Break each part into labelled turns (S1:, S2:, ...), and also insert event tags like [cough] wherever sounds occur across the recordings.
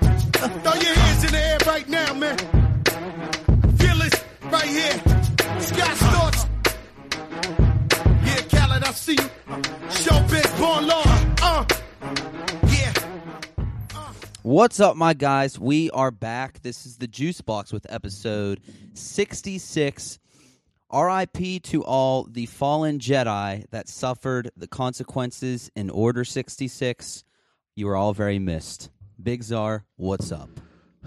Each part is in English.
S1: Throw your hands in the air right now, man. Feel it right here. Scott Storch. Yeah, Khaled, I see you. Showbiz, born law. Uh, yeah.
S2: What's up, my guys? We are back. This is the Juice Box with episode 66. RIP to all the fallen Jedi that suffered the consequences in Order 66. You are all very missed. Big Czar, what's up?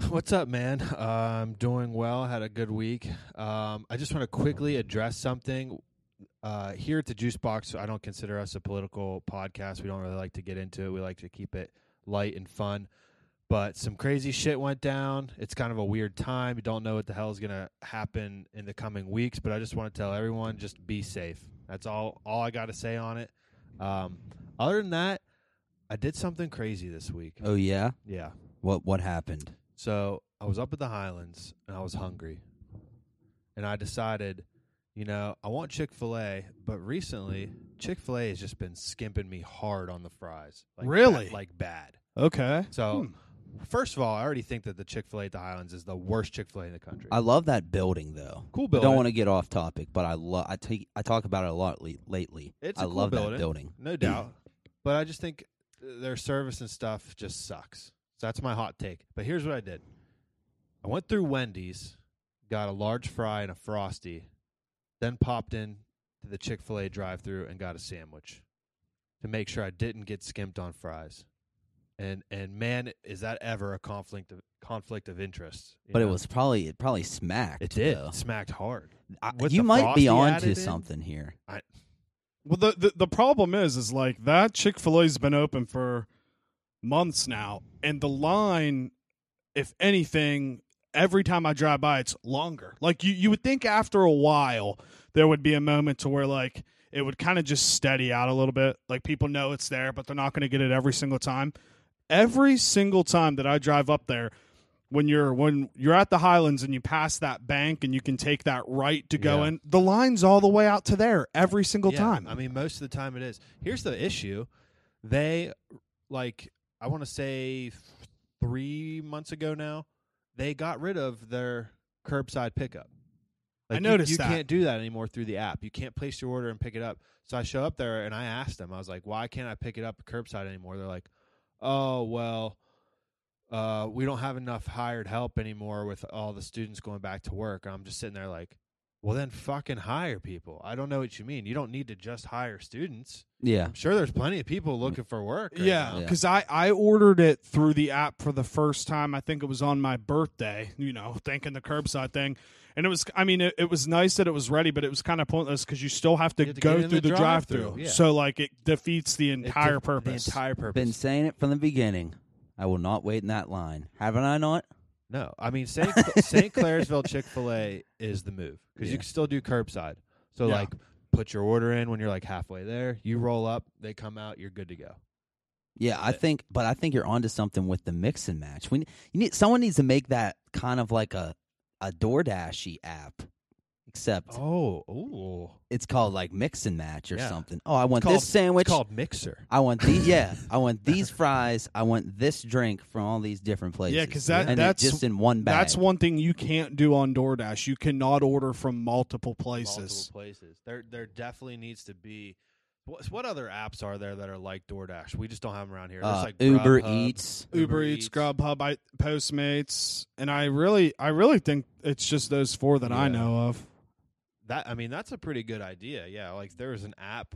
S3: What's up, man? Uh, I'm doing well. Had a good week. Um, I just want to quickly address something. Uh, here at the Juice Box, I don't consider us a political podcast. We don't really like to get into it. We like to keep it light and fun. But some crazy shit went down. It's kind of a weird time. You don't know what the hell is going to happen in the coming weeks. But I just want to tell everyone just be safe. That's all, all I got to say on it. Um, other than that, I did something crazy this week.
S2: Oh yeah?
S3: Yeah.
S2: What what happened?
S3: So I was
S2: Mm-hmm.
S3: up at the Highlands and I was hungry. And I decided, you know, I want Chick fil A, but recently Chick fil A has just been skimping me hard on the fries. Like
S4: Really?
S3: Bad, like bad.
S4: Okay.
S3: So,
S2: Hmm.
S3: first of all, I already think that the Chick fil A at the Highlands is the worst Chick fil A in the country.
S2: I love that building though.
S3: cool
S2: I
S3: building.
S2: don't want to get off topic, but I love I take I talk about it a lot le- lately.
S3: It's
S2: I
S3: a cool
S2: love that
S3: building.
S2: building. [clears throat]
S3: No doubt. but I just think uh, their service and stuff just sucks. So that's my hot take. But here's what I did I went through Wendy's, got a large fry and a frosty, then popped in to the Chick fil A drive through and got a sandwich to make sure I didn't get skimped on fries. And and man, is that ever a conflict of conflict of interest? you
S2: But it
S3: know?
S2: was probably it probably smacked.
S3: it did
S2: though.
S3: It smacked hard.
S2: I,
S3: With
S2: you
S3: the
S2: might be
S3: Frosty
S2: onto
S3: added in?
S2: something here.
S4: Well, the, the the problem is, is like that Chick Fil A's been open for months now, and the line, if anything, every time I drive by, it's longer. Like you, you would think after a while there would be a moment to where like it would kind of just steady out a little bit. Like people know it's there, but they're not going to get it every single time. Every single time that I drive up there, when you're when you're at the Highlands and you pass that bank and you can take that right to go
S3: Yeah.
S4: in, the line's all the way out to there every single
S3: Yeah,
S4: time.
S3: I mean, most of the time it is. Here's the issue: they like I want to say three months ago now they got rid of their curbside pickup.
S4: I
S3: you-
S4: noticed
S3: you,
S4: that.
S3: can't do that anymore through the app. You can't place your order and pick it up. So I show up there and I asked them. I was like, "Why can't I pick it up curbside anymore?" They're like, "Oh well." Uh, we don't have enough hired help anymore with all the students going back to work. And I'm just sitting there like, well, then fucking hire people. I don't know what you mean. You don't need to just hire students.
S2: Yeah.
S3: I'm sure there's plenty of people looking for work. right
S4: yeah,
S3: now.
S2: Yeah.
S4: because I, I ordered it through the app for the first time. I think it was on my birthday, you know, thinking the curbside thing. And it was, I mean, it, it was nice that it was ready, but it was kind of pointless because you still have to,
S3: You have to
S4: go
S3: get in
S4: through
S3: the
S4: the, drive
S3: drive-thru,
S4: through.
S3: yeah.
S4: So, like, it defeats the
S3: It
S4: entire
S3: took-
S4: purpose.
S3: The entire purpose.
S2: Been saying it from the beginning. I will not wait in that line. Haven't I not?
S3: no, I mean
S2: [laughs]
S3: St. Cl- St. Clairsville Chick Fil A is the move because
S2: Yeah.
S3: you can still do curbside. So
S4: Yeah.
S3: like, put your order in when you're like halfway there. You roll up, they come out, you're good to go.
S2: Yeah, I think, but I think you're onto something with the mix and match. We you need someone needs to make that kind of like a a DoorDashy app, except
S3: Oh, ooh,
S2: it's called like mix and match or
S3: Yeah.
S2: something. Oh, I want
S3: called-
S2: this sandwich.
S3: it's called Mixer.
S2: I want
S3: [laughs]
S2: these. Yeah, I want these fries. I want this drink from all these different places.
S4: Yeah, 'cause that-
S2: and it
S4: that's-
S2: just in one bag.
S4: That's one thing you can't do on DoorDash. You cannot order from multiple places.
S3: Multiple places. There, there definitely needs to be. What, what other apps are there that are like DoorDash? We just don't have them around here. There's
S2: Uh,
S3: like
S2: Uber
S3: Grubhub,
S2: Eats.
S4: Uber Eats, Grubhub, I, Postmates, and I really, I really think it's just those four that I
S3: Yeah.
S4: know of.
S3: That I mean, that's a pretty good idea. Yeah, like there is an app,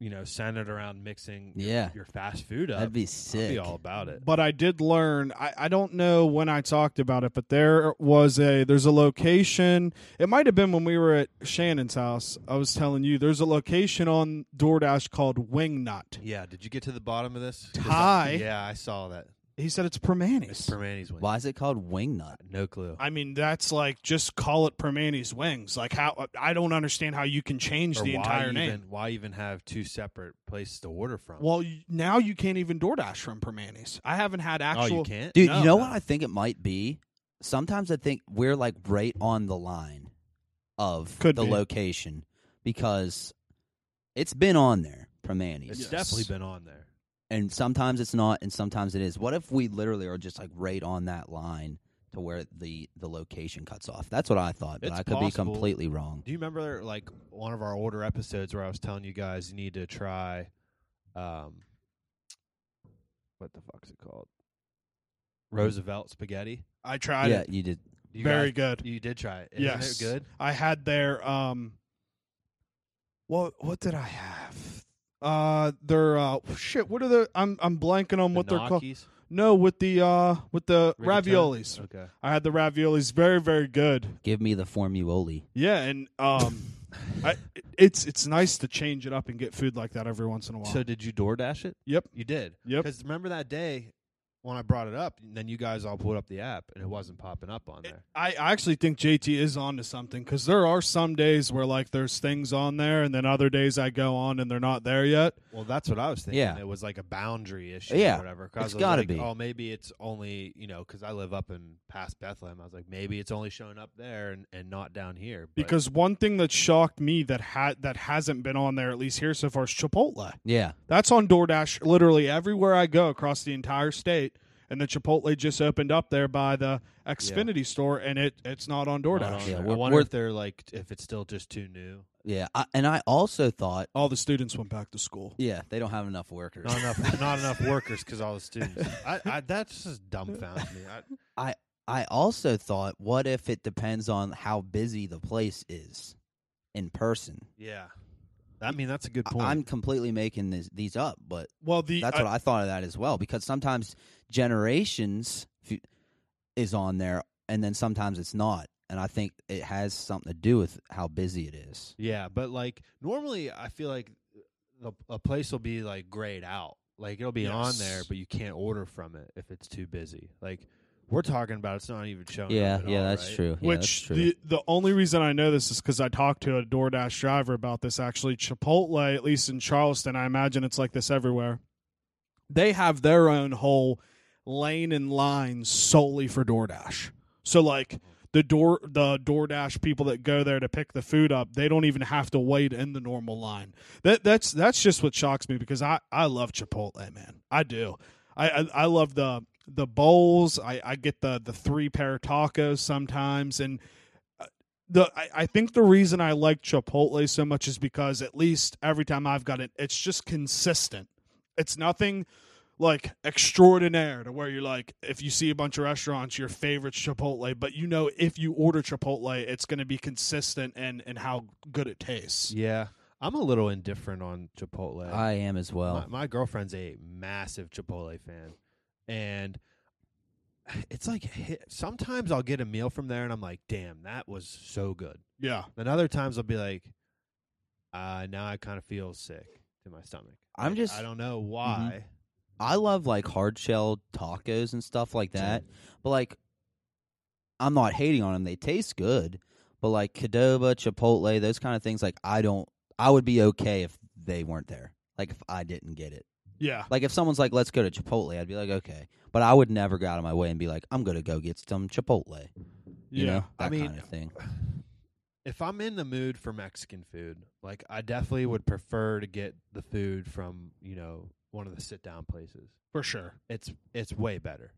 S3: you know, centered around mixing. your-
S2: Yeah.
S3: your, fast food up.
S2: That'd be
S3: I'd
S2: sick.
S3: all about it.
S4: but I did learn. I, I don't know when I talked about it, but there was a there's a location. It might have been when we were at Shannon's house. I was telling you there's a location on DoorDash called Wingnut.
S3: Yeah. Did you get to the bottom of this? 'Cause I-
S4: Ty.
S3: yeah, I saw that.
S4: He said it's Permanis.
S3: It's Permanis wing.
S2: Why is it called Wingnut?
S3: No clue.
S4: I mean, that's like just call it Permanis Wings. Like how I don't understand how you can change
S3: Or
S4: the
S3: why
S4: entire
S3: even,
S4: name.
S3: Why even have two separate places to order from?
S4: well, you- now you can't even DoorDash from Permanis. I haven't had
S3: oh,
S4: actual.
S3: you can't,
S2: Dude,
S4: No.
S2: you know what I think it might be? Sometimes I think we're like right on the line of
S4: Could
S2: the
S4: be.
S2: location because it's been on there, Primanis.
S3: It's
S4: Yes.
S3: definitely been on there.
S2: and sometimes it's not, and sometimes it is. What if we literally are just like right on that line to where the the location cuts off? That's what I thought, but
S3: It's
S2: I could be
S3: possible.
S2: completely wrong.
S3: Do you remember like one of our older episodes where I was telling you guys you need to try um what the fuck's it called? Roosevelt spaghetti?
S4: I tried
S2: yeah,
S4: it.
S2: you did.
S3: You
S4: Very
S3: guys-
S4: good.
S3: You did try it. Isn't
S4: Yes.
S3: it good?
S4: I had their um what what did I have? Uh their uh shit, what are the I'm I'm blanking on
S3: The
S4: what they're called.
S3: gnocchis?
S4: No, with the uh with the
S3: Rigatoni?
S4: raviolis.
S3: Okay.
S4: I had the raviolis very very good.
S2: Give me the formuoli.
S4: Yeah, and um I, it's it's nice to change it up and get food like that every once in a while.
S3: So did you DoorDash it?
S4: Yep.
S3: You did.
S4: Yep.
S3: Because remember that day when I brought it up, and then you guys all pulled up the app and it wasn't popping up on there.
S4: I I actually think JT is onto something because there are some days where like there's things on there, and then other days I go on and they're not there yet.
S3: Well, that's what I was thinking.
S2: Yeah.
S3: It was like a boundary issue
S2: Yeah.
S3: or whatever. 'Cause I
S2: It's
S3: was
S2: gotta
S3: like,
S2: be.
S3: Oh, maybe it's only, you know, because I live up in past Bethlehem. I was like, maybe it's only showing up there and, and not down here. But
S4: Because one thing that shocked me that had that hasn't been on there at least here so far is Chipotle.
S2: Yeah,
S4: That's on DoorDash literally everywhere I go across the entire state. And the Chipotle just opened up there by the Xfinity store, and it it's not on
S3: not
S4: DoorDash.
S3: on
S2: Yeah,
S3: there. I
S2: we're-
S3: wonder
S2: we're-
S3: if they're like, if it's still just too new.
S2: yeah, I, and I also thought,
S4: All the students went back to school.
S2: yeah, they don't have enough workers.
S3: Not enough, not enough workers because all the [laughs] students. I, I, that just dumbfounds me. I,
S2: I also thought, what if it depends on how busy the place is in person?
S3: yeah. I mean, that's a good
S2: I-
S3: point.
S2: I'm completely making this, these up, but
S4: Well, the
S2: that's what I thought of that as well. Because sometimes generations f- is on there, and then sometimes it's not, and I think it has something to do with how busy it is.
S3: Yeah, but like normally, I feel like the, a place will be like grayed out, like it'll be on there,
S4: Yes.
S3: but you can't order from it if it's too busy. Like we're talking about, it's not even showing.
S2: yeah,
S3: up at
S2: yeah,
S3: all,
S2: that's
S3: right?
S2: true. Yeah, that's
S4: Which
S2: true.
S4: the the only reason I know this is because I talked to a DoorDash driver about this. Actually, Chipotle, at least in Charleston, I imagine it's like this everywhere. They have their own whole lane and line solely for DoorDash. So like the door the DoorDash people that go there to pick the food up, they don't even have to wait in the normal line. That that's that's just what shocks me because I I love Chipotle, man. I do. I I, I love the the bowls. I I get the the three pair tacos sometimes and uh, the I, I think the reason I like Chipotle so much is because at least every time I've got it, it's just consistent. It's nothing like extraordinaire to where you're like if you see a bunch of restaurants your favorite chipotle but you know if you order chipotle it's going to be consistent and and how good it tastes
S3: Yeah, I'm a little indifferent on Chipotle.
S2: I am as well.
S3: my, my girlfriend's a massive Chipotle fan, and it's like hit- sometimes I'll get a meal from there, and I'm like, damn, that was so good.
S4: yeah
S3: Then other times I'll be like, uh, now I kind of feel sick to my stomach.
S2: I'm
S3: Like,
S2: just- Mm-hmm.
S3: I don't know why.
S2: I love like hard shell tacos and stuff like that. But like, I'm not hating on them; they taste good. But like Cadoba, Chipotle, those kind of things, like I don't, I would be okay if they weren't there. Like if I didn't get it.
S4: yeah
S2: Like if someone's like, "Let's go to Chipotle," I'd be like, "Okay," but I would never go out of my way and be like, "I'm gonna go get some Chipotle." You
S4: yeah
S2: know, that
S3: I mean,
S2: kind of thing.
S3: If I'm in the mood for Mexican food, like I definitely would prefer to get the food from you know one of the sit down places.
S4: for sure
S3: It's it's way better.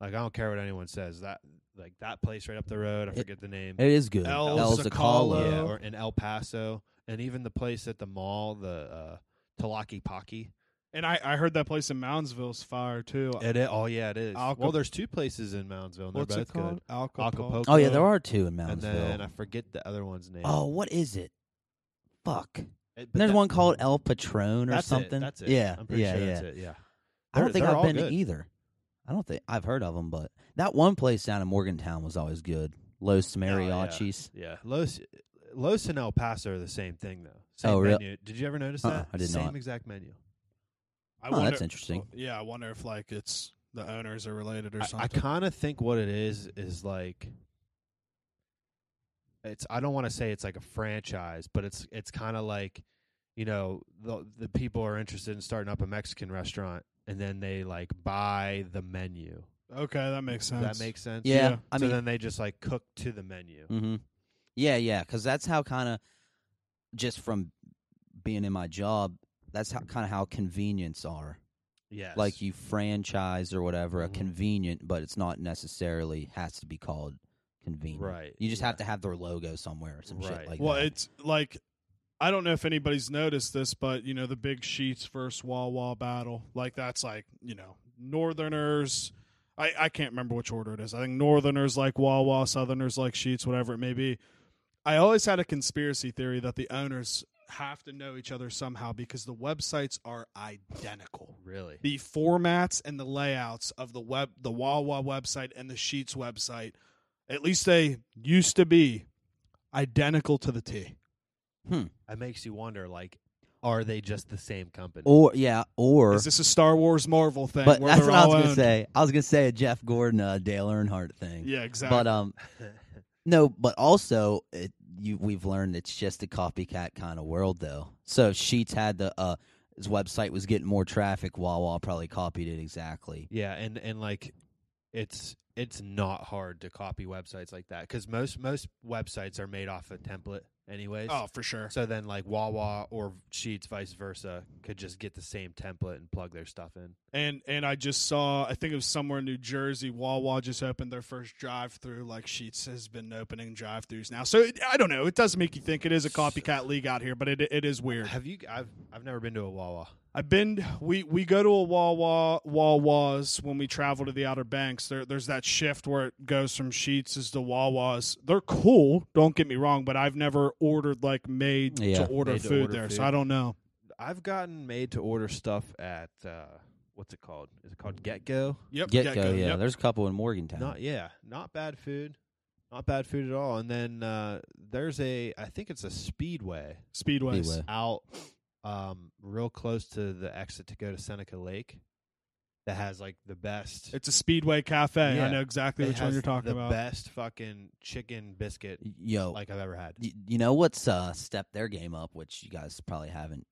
S3: Like I don't care what anyone says. That like that place right up the road. I
S2: It-
S3: forget the name.
S2: It is good.
S4: El
S2: Zacalo.
S3: yeah,
S4: Hello.
S3: or in El Paso, and even the place at the mall, the uh, Talaki Paki.
S4: and i i heard that place in moundsville's fire too
S3: It, i- oh yeah, it is.
S4: Alco-
S3: well, there's two places in Moundsville. And
S4: what's
S3: they're
S4: it
S3: both good.
S4: called
S3: Acapulco.
S2: Oh yeah, there are two in
S3: and then uh, I
S2: Moundsville.
S3: forget the other one's name.
S2: Oh, what is it? Fuck.
S3: It- but
S2: And there's
S3: that-
S2: one called El Patron or
S3: that's it,
S2: something.
S3: that's it.
S2: Yeah,
S3: I'm pretty
S2: yeah,
S3: sure
S2: yeah.
S3: that's it. Yeah.
S2: I don't
S3: They're-
S2: think
S3: they're
S2: I've
S3: all
S2: been to
S3: good.
S2: either. I don't think I've heard of them, but that one place down in Morgantown was always good. Los
S3: No,
S2: Mariachis.
S3: Yeah. Los Los and El Paso are the same thing though. Same
S2: Oh, really?
S3: menu. Did you ever notice
S2: Uh-uh,
S3: that?
S2: I did
S3: same
S2: not.
S3: exact menu.
S4: I
S2: Oh, that's interesting.
S4: yeah i wonder if like it's the owners are related or
S3: I,
S4: something
S3: kind of think what it is is like it's I don't want to say it's like a franchise, but it's it's kind of like you know the the people are interested in starting up a Mexican restaurant and then they like buy the menu.
S4: okay that makes sense
S3: Does that make sense?
S2: Yeah,
S4: Yeah.
S2: I
S3: so
S2: mean,
S3: then they just like cook to the menu.
S2: hmm yeah, yeah, because that's how kind of just from being in my job, that's how kind of how convenience are.
S3: Yes. Mm-hmm.
S2: like you franchise or whatever a convenient, but it's not necessarily has to be called convenient.
S3: Right,
S2: You just have to
S3: yeah.
S2: have their logo somewhere or some shit
S3: Right.
S2: like
S4: well,
S2: that.
S4: it's like I don't know if anybody's noticed this, but you know the big sheets versus Wawa battle, like that's like you know Northerners. I I can't remember which order it is. I think Northerners like Wawa, Southerners like Sheets, whatever it may be. I always had a conspiracy theory that the owners have to know each other somehow because the websites are identical.
S3: really.
S4: The formats and the layouts of the web, the Wawa website and the Sheets website, at least they used to be identical to the T.
S3: It makes you wonder like are they just the same company?
S2: or yeah, or
S4: Is this a Star Wars Marvel thing?
S2: but
S4: where
S2: that's
S4: they're
S2: what I
S4: all
S2: was gonna
S4: owned?
S2: say. I was gonna say a Jeff Gordon, uh, Dale Earnhardt thing.
S4: Yeah, exactly.
S2: But um, no, but also it, you we've learned it's just a copycat kind of world though. So if Sheets had the uh his website was getting more traffic. Wawa probably copied it exactly.
S3: Yeah, and and like it's it's not hard to copy websites like that cuz most most websites are made off a template anyways.
S4: oh, for sure.
S3: So then like Wawa or Sheets vice versa could just get the same template and plug their stuff in.
S4: And and I just saw, I think it was somewhere in New Jersey. Wawa just opened their first drive-through. Like Sheets has been opening drive-throughs now. So it, I don't know. It does make you think it is a copycat league out here, but it it is weird.
S3: Have you I've I've never been to a Wawa.
S4: I've been we we go to a Wawa Wawas when we travel to the Outer Banks. There there's that shift where it goes from Sheets to Wawas. They're cool, don't get me wrong, but I've never ordered like made
S2: Yeah,
S4: to order
S3: made to
S4: food
S3: order
S4: there,
S3: food.
S4: so I don't know.
S3: I've gotten made to order stuff at uh what's it called? Is it called Get Go?
S4: Yep,
S2: Get go, yeah.
S4: yep.
S2: There's a couple in Morgantown.
S3: Not yeah, not bad food. Not bad food at all. And then uh there's a I think it's a Speedway
S4: Speedways.
S2: Speedway.
S3: out um real close to the exit to go to Seneca Lake that has like the best
S4: It's a Speedway Cafe. I
S3: Yeah.
S4: know exactly
S3: it
S4: which one
S3: has
S4: you're talking
S3: the
S4: about.
S3: best fucking chicken biscuit
S2: Yo,
S3: like I've ever had.
S2: y- you know what's uh stepped their game up, which you guys probably haven't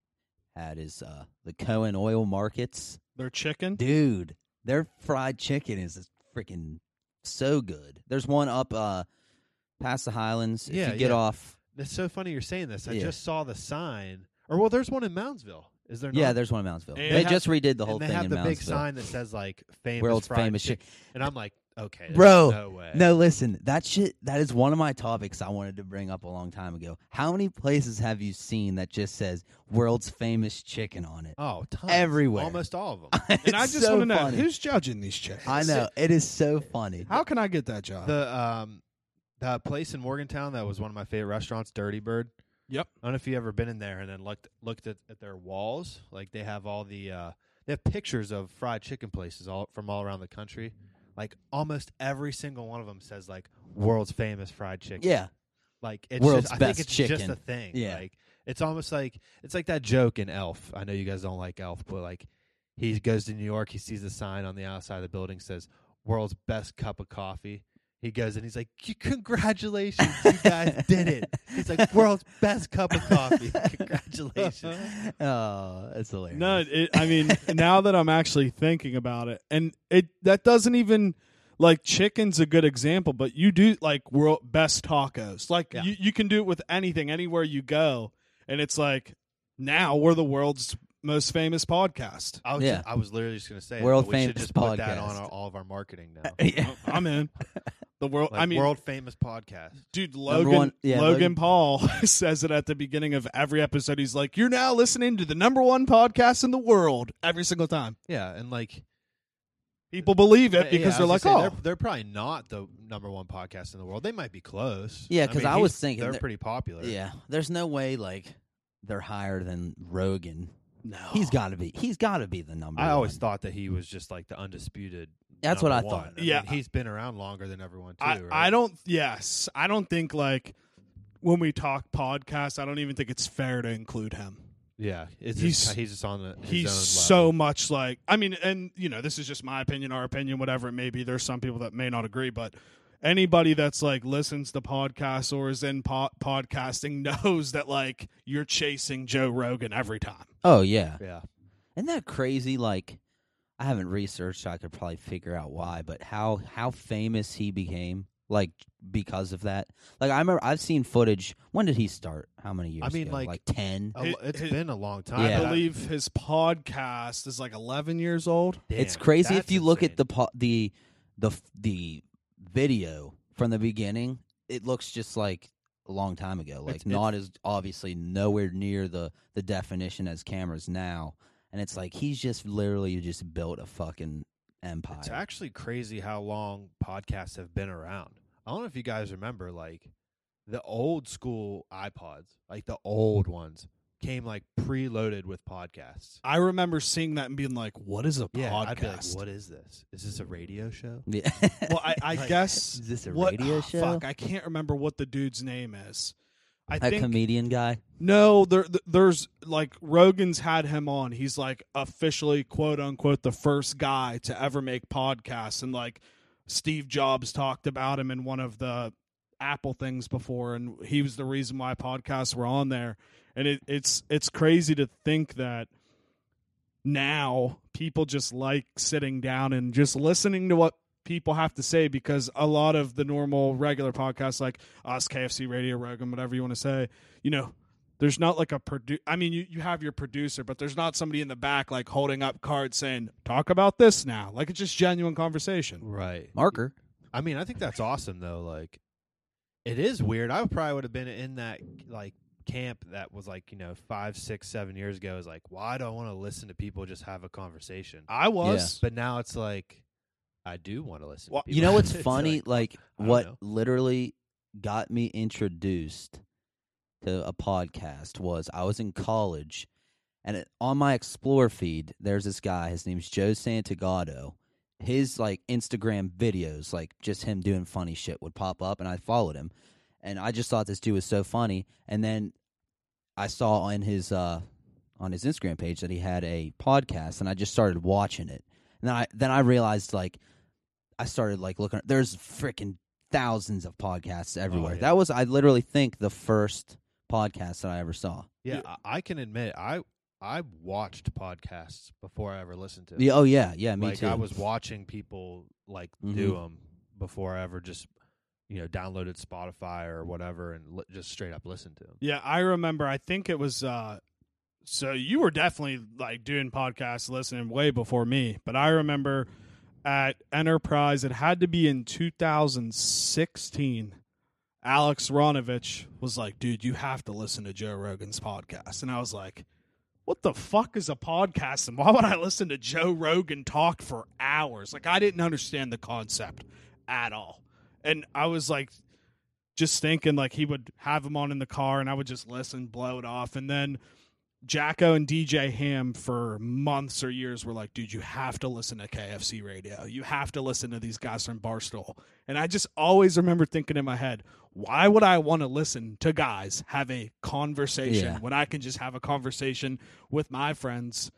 S2: had, is uh the Cohen oil markets.
S4: Their chicken.
S2: Dude, their fried chicken is freaking so good. There's one up uh past the Highlands. If
S3: Yeah,
S2: you get
S3: yeah.
S2: off
S3: That's so funny you're saying this. I
S2: Yeah.
S3: just saw the sign. Or well there's one in Moundsville. Is there not?
S2: Yeah, there's one in Moundsville.
S4: And
S2: they
S4: have-
S2: just redid the
S3: and
S2: whole
S3: they
S2: thing
S3: have
S2: in
S3: the
S2: Moundsville.
S3: big sign that says like famous
S2: World's
S3: fried
S2: famous
S3: chick- and I'm like, okay, there's
S2: Bro,
S3: no way.
S2: No, listen, that shit that is one of my topics I wanted to bring up a long time ago. How many places have you seen that just says world's famous chicken on it?
S3: Oh, tons.
S2: Everywhere.
S3: Almost all of
S2: [laughs]
S3: them.
S4: And I
S2: It's
S4: just
S2: so
S4: want to know
S2: funny.
S4: who's judging these chickens.
S2: I know. It is so funny.
S4: How can I get that job?
S3: the um the place in Morgantown that was one of my favorite restaurants, Dirty Bird.
S4: Yep.
S3: I don't know if you ever been in there and then looked looked at, at their walls. Like they have all the uh they have pictures of fried chicken places all from all around the country. Like almost every single one of them says like world's famous fried chicken. [laughs]
S2: Yeah.
S3: Like it's
S2: World's
S3: just, I
S2: best
S3: think it's just
S2: chicken.
S3: a thing.
S2: Yeah.
S3: Like it's almost like it's like that joke in Elf. I know you guys don't like Elf, but like he goes to New York, he sees a sign on the outside of the building says "World's best cup of coffee." He goes and he's like, "C- "Congratulations, you
S2: [laughs]
S3: guys did it!" He's like, "World's best cup of coffee." Congratulations.
S2: [laughs] oh, that's hilarious.
S4: No, it,
S3: [laughs]
S4: I mean, now that I'm actually thinking about it, and it that doesn't even like chicken's a good example, but you do like world best tacos. Like
S3: Yeah.
S4: you, you can do it with anything, anywhere you go, and it's like now we're the world's most
S3: [laughs]
S4: famous podcast.
S3: I was,
S2: Yeah.
S3: just, I was literally just gonna say, it,
S2: World
S3: but we should
S2: famous
S3: just put that on
S2: podcast.
S3: our, all of our marketing now.
S2: [laughs] yeah.
S4: Oh, I'm in the world.
S3: Like,
S4: I mean,
S3: world famous podcast.
S4: dude,
S2: Number
S4: Logan
S2: one- yeah,
S4: Logan,
S2: Logan-
S4: Paul [laughs] says it at the beginning of every episode. He's like, "You're now listening to the number one podcast in the world." Every single time,
S3: Yeah, and like
S2: [laughs]
S4: people believe it
S3: Yeah,
S4: because
S3: yeah,
S4: they're
S3: I was
S4: like,
S3: gonna
S4: "Oh."
S3: say, they're, they're probably not the number one podcast in the world. They might be close.
S2: Yeah, 'cause I
S3: he's-
S2: was thinking
S3: they're
S2: that-
S3: pretty popular.
S2: Yeah. There's no way like they're higher than Rogan.
S4: "Oh, No,
S2: He's got to be. He's got to be the number
S3: Oh. I always
S2: one.
S3: thought that he was just like the undisputed.
S2: That's what
S3: number
S2: I thought.
S3: one. I
S4: Yeah.
S3: mean, he's been around longer than everyone. Too,
S4: I,
S3: right?
S4: I don't yes i don't think like when we talk podcasts i don't even think it's fair to include him
S3: Yeah, it's
S4: He's-
S3: just, he's just on the. His
S4: he's
S3: own
S4: so
S3: level.
S4: much like i mean and you know this is just my opinion our opinion whatever it may be there's some people that may not agree but anybody that's like listens to podcasts or is in po- podcasting [laughs] knows that like you're chasing joe rogan every time
S2: Oh yeah.
S3: Yeah,
S2: Isn't that crazy? Like, I haven't researched. So I could probably figure out why, but how how famous he became. like because of that. Like I remember I've seen footage. When did he start? How many years?
S3: I mean,
S2: ago?
S3: like-
S2: ten.
S3: A lo-
S4: It-
S3: It's
S4: it-
S3: been a long time.
S4: I
S2: Yeah.
S4: believe his podcast is like 11 years old.
S2: it's
S3: Damn,
S2: crazy if
S3: that's
S2: you look at
S3: insane.
S2: the po- the the f- the video from the beginning. It looks just like a long time ago. Like
S3: It's- it's-
S2: not as obviously nowhere near the the definition as cameras now. And it's like he's just literally just built a fucking empire.
S3: It's actually crazy how long podcasts have been around. I don't know if you guys remember, like the old school iPods, like the old ones, came like preloaded with podcasts.
S4: I remember seeing that and being like, what is a
S3: Yeah, I'd be like,
S4: podcast?
S3: "What is this? Is this a radio show?"
S2: Yeah.
S4: well, I,
S2: [laughs]
S3: [laughs]
S4: I
S3: Like,
S4: guess.
S2: is this a
S4: what-
S2: radio
S4: ah,
S2: show?
S4: Fuck, I can't remember what the dude's name is. I
S2: a
S4: think
S2: comedian guy.
S4: No, there, th- there's like Rogan's had him on. He's like officially, quote unquote, the first guy to ever make podcasts, and like Steve Jobs talked about him in one of the Apple things before, and he was the reason why podcasts were on there. And it, it's it's crazy to think that now people just like sitting down and just listening to what people have to say because a lot of the normal regular podcasts like us KFC Radio Rogan whatever you want to say you know there's not like a produ- I mean you, you have your producer but there's not somebody in the back like holding up cards saying talk about this now like it's just genuine conversation
S3: Right.
S2: Marker.
S3: I mean, I think that's awesome though. Like, it is weird. I probably would have been in that like camp that was like you know five, six, seven years ago. Is like, why do I want to listen to people just have a conversation?
S4: I was
S3: But now it's like, I do want to listen.
S4: Well,
S3: to people.
S2: You know what's
S3: [laughs] It's
S2: funny? Like,
S3: like- I don't
S2: what
S3: know.
S2: literally got me introduced to a podcast was I was in college, and it, on my Explore feed, there's this guy. His name's Joe Santagato. His like Instagram videos, like just him doing funny shit, would pop up, and I followed him, and I just thought this dude was so funny. And then I saw on his uh on his Instagram page that he had a podcast, and I just started watching it. And then I then I realized like I started like looking. There's freaking thousands of podcasts everywhere.
S3: Oh, yeah.
S2: That was I literally think the first podcast that I ever saw.
S3: yeah, I, I can admit, I I watched podcasts before I ever listened to. them.
S2: Yeah, oh yeah, yeah, me
S3: like
S2: too. Mm-hmm.
S3: I was watching people like do 'em do them before I ever just you know downloaded Spotify or whatever and li- just straight up listened to them.
S4: Yeah, I remember. I think it was. uh So you were definitely like doing podcasts, listening way before me. But I remember at Enterprise, it had to be in 2016. Alex Ronovich was like, "Dude, you have to listen to Joe Rogan's podcast," and I was like. What the fuck is a podcast and why would I listen to Joe Rogan talk for hours? Like I didn't understand the concept at all. And I was like just thinking like he would have him on in the car and I would just listen, blow it off. And then Jacko and DJ Ham for months or years were like, dude, you have to listen to KFC radio. You have to listen to these guys from Barstool. And I just always remember thinking in my head, why would I want to listen to guys have a conversation
S2: Yeah.
S4: when I can just have a conversation with my friends?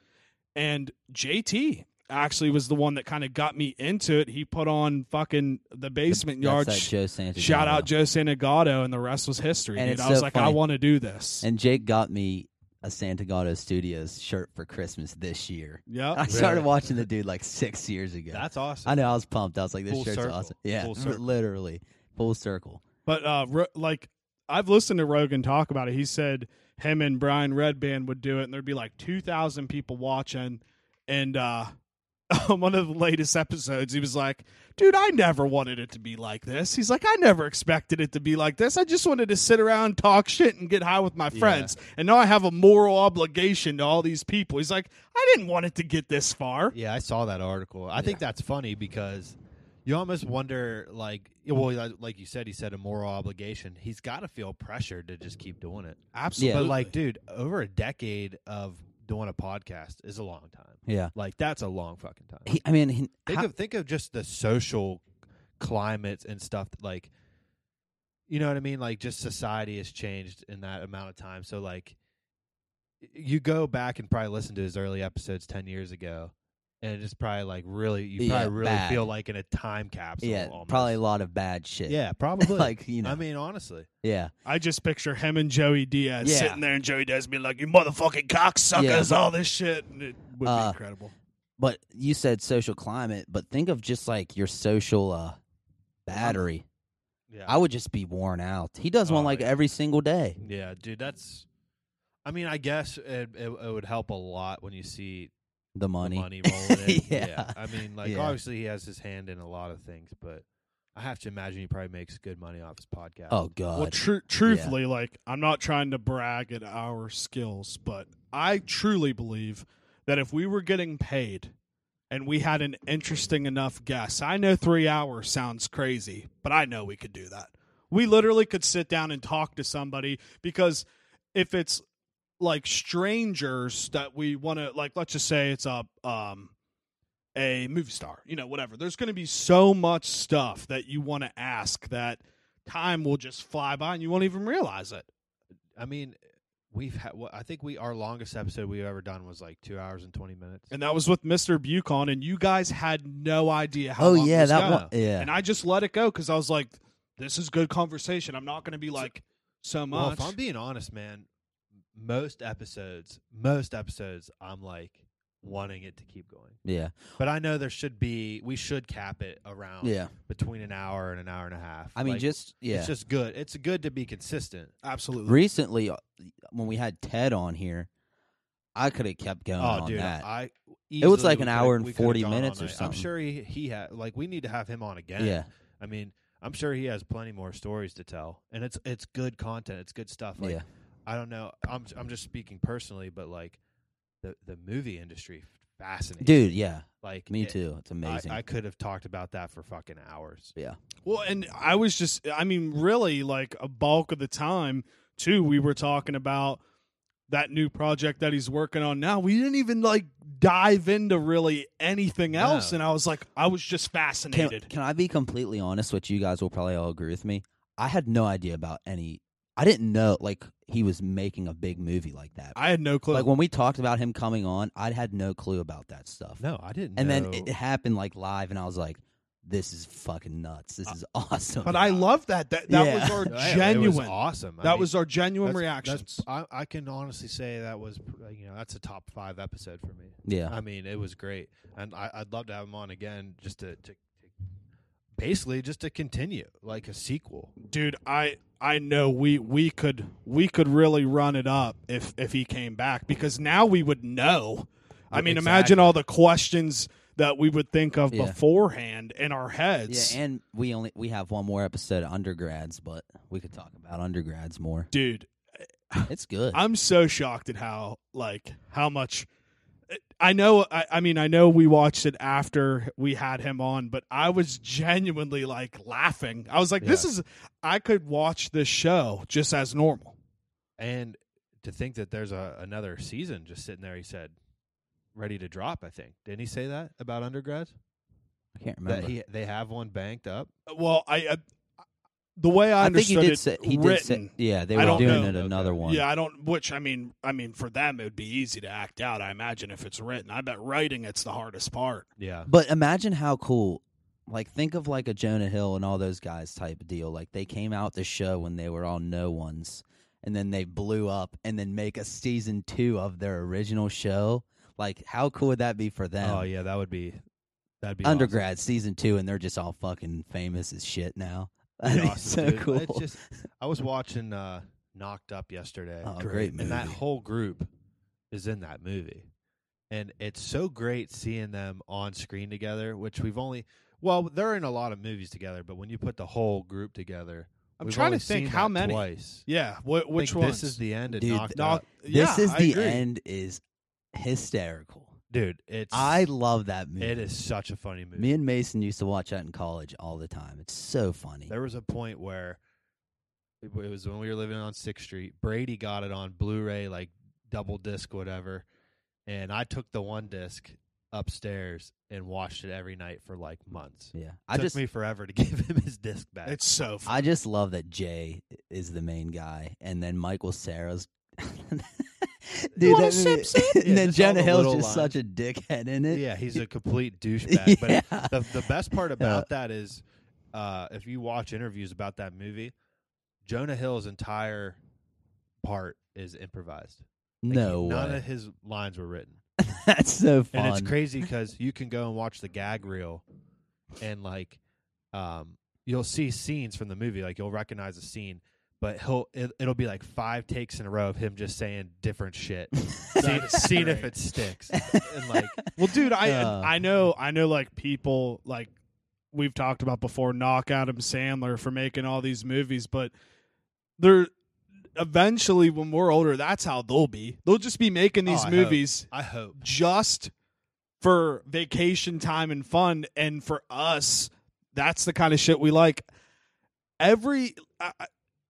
S4: And JT actually was the one that kind of got me into it. He put on fucking the basement
S2: That's
S4: yard
S2: that
S4: sh-
S2: Joe Santagato.
S4: Shout out Joe Santagato, and the rest was history.
S2: And
S4: dude.
S2: it's
S4: I was
S2: so
S4: like,
S2: funny.
S4: I want to do this.
S2: And Jake got me a Santagato Studios shirt for Christmas this year.
S4: yep.
S2: I started
S3: Really?
S2: watching the dude like six years ago.
S3: That's awesome.
S2: I know. I was pumped. I was like, "This
S3: Full
S2: shirt's
S3: circle.
S2: awesome." Yeah, [laughs]
S3: Full circle.
S2: literally full circle.
S4: But uh, Ro- like I've listened to Rogan talk about it. He said him and Brian Redband would do it, and there'd be like two thousand people watching. And uh, [laughs] on one of the latest episodes, he was like, "Dude, I never wanted it to be like this." He's like, "I never expected it to be like this. I just wanted to sit around, talk shit, and get high with my friends. And now I have a moral obligation to all these people." He's like, "I didn't want it to get this far."
S3: Yeah, I saw that article. I think that's funny because you almost wonder, like, well, li- like you said, he said a moral obligation. He's got to feel pressured to just keep doing it.
S4: Absolutely.
S3: But like, dude, over a decade of doing a podcast is a long time.
S2: Yeah.
S3: Like, that's a long fucking time.
S2: He, I mean, he,
S3: think
S2: how-
S3: of think of just the social climates and stuff. that, Like, you know what I mean? Like, just society has changed in that amount of time. So, like, y- you go back and probably listen to his early episodes ten years ago, and it's probably like really, you
S2: Yeah,
S3: probably really
S2: bad.
S3: feel like in a time capsule.
S2: yeah,
S3: almost.
S2: probably a lot of bad shit. [laughs]
S3: Yeah, probably.
S2: like you know,
S3: I mean, honestly,
S2: yeah,
S4: I just picture him and Joey Diaz
S2: Yeah.
S4: sitting there, and Joey Diaz being like, "You motherfucking cocksuckers!"
S2: Yeah.
S4: All this shit and it would be
S2: Uh,
S4: incredible.
S2: but you said social climate, but think of just like your social uh, battery.
S3: Yeah.
S2: I would just be worn out. He does one
S3: Oh,
S2: like
S3: yeah.
S2: every single day.
S3: yeah, dude, that's. I mean, I guess it, it, it would help a lot when you see
S2: The money. [laughs]
S3: the money rolling in.
S2: Yeah.
S3: I mean, like
S2: Yeah.
S3: obviously he has his hand in a lot of things, but I have to imagine he probably makes good money off his podcast.
S2: Oh god.
S4: Well, tru- truthfully, like I'm not trying to brag at our skills, but I truly believe that if we were getting paid and we had an interesting enough guest, I know three hours sounds crazy, but I know we could do that. We literally could sit down and talk to somebody because if it's like strangers that we want to like, let's just say it's a um a movie star, you know, whatever. There's going to be so much stuff that you want to ask that time will just fly by and you won't even realize it.
S3: I mean, we've had. Well, I think we our longest episode we've ever done was like two hours and twenty minutes.
S4: And that was with Mr. Bucon, and you guys had no idea how.
S2: oh
S4: long
S2: yeah,
S4: this
S2: that
S4: got.
S2: one. Yeah.
S4: And I just let it go because I was like, "This is good conversation. I'm not going to be like so
S3: well,
S4: much."
S3: if I'm being honest, man, most episodes, most episodes, I'm like wanting it to keep going.
S2: yeah.
S3: But I know there should be. We should cap it around
S2: Yeah.
S3: between an hour and an hour and a half.
S2: I mean
S3: Like,
S2: just yeah.
S3: It's just good. It's good to be consistent.
S4: Absolutely.
S2: recently uh, when we had Ted on here, I could have kept going
S3: Oh,
S2: on
S3: dude,
S2: that.
S3: I
S2: was
S3: easily
S2: like an
S3: we
S2: hour
S3: could've-
S2: and
S3: we could've
S2: 40
S3: gone all
S2: minutes or
S3: night. I'm
S2: something.
S3: sure he he had like we need to have him on again.
S2: yeah.
S3: I mean, I'm sure he has plenty more stories to tell, and it's it's good content. It's good stuff. Like
S2: yeah.
S3: I don't know. I'm I'm just speaking personally, but like the the movie industry fascinates
S2: Dude,
S3: me.
S2: yeah.
S3: Like
S2: Me
S3: it-
S2: too. It's
S3: I,
S2: amazing.
S3: I could have talked about that for fucking hours.
S4: Well, and I was just, I mean, really, like a bulk of the time, too, we were talking about that new project that he's working on now. We didn't even like dive into really anything else.
S3: No.
S4: And I was like, I was just
S2: can,
S4: fascinated.
S2: can I be completely honest, which you guys will probably all agree with me? I had no idea about any I didn't know like he was making a big movie like that.
S4: I had no clue.
S2: like when we talked about him coming on, I had no clue about that stuff.
S3: No, I didn't.
S2: and then [laughs]
S3: know-
S2: it happened like live and I was like, This is fucking nuts. This is [laughs] awesome.
S4: but I love that. That, that
S2: Yeah.
S4: was [laughs] our
S3: Yeah,
S4: genuine.
S3: It was awesome. I
S4: That
S3: mean,
S4: was our genuine
S3: that's-
S4: reactions.
S3: That's, I, I can honestly say that was pr- you know that's a top five episode for me.
S2: Yeah.
S3: I mean, it was great, and I, I'd love to have him on again, just to, to, to basically just to continue like a sequel.
S4: dude i i know we we could we could really run it up if if he came back because now we would know i mean imagine
S3: Exactly.
S4: all the questions that we would think of
S2: Yeah.
S4: beforehand in our
S2: Yeah,
S4: heads
S2: and we only we have one more episode of undergrads, but we could talk about undergrads more.
S4: dude
S2: It's good.
S4: i'm so shocked at how like how much i know I, I mean i know we watched it after we had him on but i was genuinely like laughing i was like this
S3: Yeah.
S4: is i could watch this show just as normal
S3: And to think that there's a another season just sitting there, he said, ready to drop. I think didn't he say that about undergrads?
S2: I can't
S3: That
S2: remember.
S3: he they have one banked up.
S4: Well, I, I the way I,
S2: I think he
S4: understood
S2: did
S4: it,
S2: say he did
S4: written,
S2: say yeah they
S4: I
S2: were
S4: don't
S2: doing
S4: know.
S2: it
S3: Okay.
S2: another one.
S4: Yeah, I don't. Which I mean, I mean, for them it would be easy to act out. I imagine if it's written, I bet writing it's the hardest part.
S3: Yeah,
S2: But imagine how cool. Like think of like a Jonah Hill and all those guys type of deal. Like they came out the show when they were all no ones, and then they blew up, and then make a season two of their original show. Like how cool would that be for them?
S3: oh yeah, that would be that'd be awesome.
S2: Undergrad season two, and they're just all fucking famous as shit now. [laughs] That'd
S3: That'd
S2: be
S3: be awesome,
S2: so
S3: dude.
S2: cool.
S3: It's just I was watching uh, Knocked Up yesterday.
S2: Oh, great
S3: And that
S2: movie.
S3: whole group is in that movie. And it's so great seeing them on screen together, which we've only well, they're in a lot of movies together, but when you put the whole group together,
S4: I'm
S3: we've
S4: trying to
S3: only
S4: think
S3: seen
S4: how
S3: that
S4: many.
S3: twice.
S4: Yeah, wh-
S3: I
S4: which
S3: think
S4: one?
S3: This is the end of
S2: Dude,
S3: Knocked
S4: Knock-
S3: Up.
S4: yeah,
S2: this is
S4: I
S2: the
S4: agree.
S2: end is hysterical.
S3: Dude, it's
S2: I love that movie.
S3: it is such a funny movie.
S2: Me and Mason used to watch that in college all the time. It's so funny.
S3: There was a point where it w- it was when we were living on Sixth Street. Brady got it on Blu-ray, like double disc, whatever, and I took the one disc upstairs and watched it every night for like months.
S2: Yeah,
S3: I
S2: I
S3: took
S2: just
S3: me forever to [laughs] give him his disc back. [laughs]
S4: It's so. Fun.
S2: I just love that Jay is the main guy, and then Michael Sarah's. [laughs] Dude,
S3: want
S2: that
S3: a
S2: movie-
S3: Simpson?
S2: and [laughs]
S3: Yeah,
S2: then
S3: just all
S2: Jonah
S3: the
S2: Hill's
S3: little
S2: just
S3: lines.
S2: such a dickhead in it. [laughs]
S3: yeah, he's a complete douchebag. But it-
S2: Yeah.
S3: [laughs] the the best part about that is, uh, if you watch interviews about that movie, Jonah Hill's entire part is improvised. Like,
S2: no
S3: none
S2: way.
S3: of his lines were written.
S2: [laughs] That's so fun.
S3: and it's crazy because you can go and watch the gag reel and like um you'll see scenes from the movie, like you'll recognize a scene, but he'll it, it'll be like five takes in a row of him just saying different shit, see,
S4: That is
S3: seeing if it
S4: great.
S3: sticks, and like
S4: Well, dude, I
S2: Uh.
S4: I know I know like people like we've talked about before knock Adam Sandler for making all these movies, but they're eventually when we're older, that's how they'll be. They'll just be making
S3: Oh,
S4: these
S3: I hope.
S4: movies
S3: I hope
S4: just for vacation time and fun, and for us, that's the kind of shit we like. Every I, I-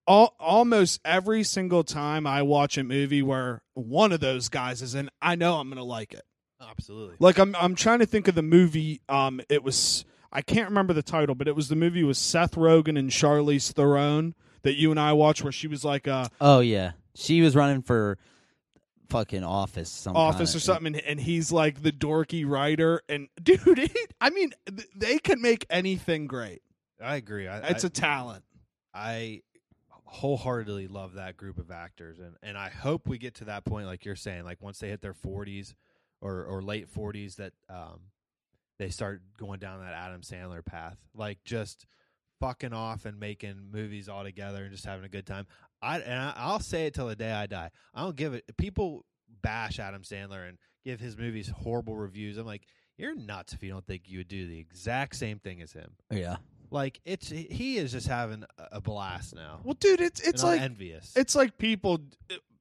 S4: al- almost every single time I watch a movie where one of those guys is in, I know I'm gonna like it.
S3: absolutely.
S4: Like I'm I'm trying to think of the movie. Um, it was I can't remember the title, but it was the movie with Seth Rogen and Charlize Theron that you and I watched, where she was like uh, a
S2: Oh yeah, she was running for fucking office. Some
S4: office
S2: kinda-
S4: or something, and, and he's like the dorky writer. And [laughs] dude, it, I mean, th- they can make anything great.
S3: I agree. I,
S4: It's
S3: I-
S4: a talent.
S3: I wholeheartedly love that group of actors and and I hope we get to that point like you're saying like once they hit their 40s or or late 40s that um they start going down that Adam Sandler path like just fucking off and making movies all together and just having a good time. I and I, I'll say it till the day I die. I don't give it people bash Adam Sandler and give his movies horrible reviews. I'm like you're nuts if you don't think you would do the exact same thing as him.
S2: [laughs]
S3: [laughs]
S2: Yeah.
S3: Like it's he is just having a- a blast now.
S4: Well, dude, it's
S3: And
S4: it's
S3: I'm
S4: like
S3: envious.
S4: it's like people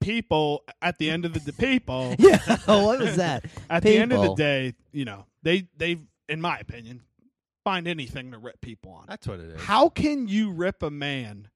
S4: people at the end of the, the [laughs] people
S2: Yeah. [laughs] what was that?
S4: at the end of the
S2: People.
S4: day, you know, they they in my opinion find anything to rip people on.
S3: that's what it is.
S4: How can you rip a man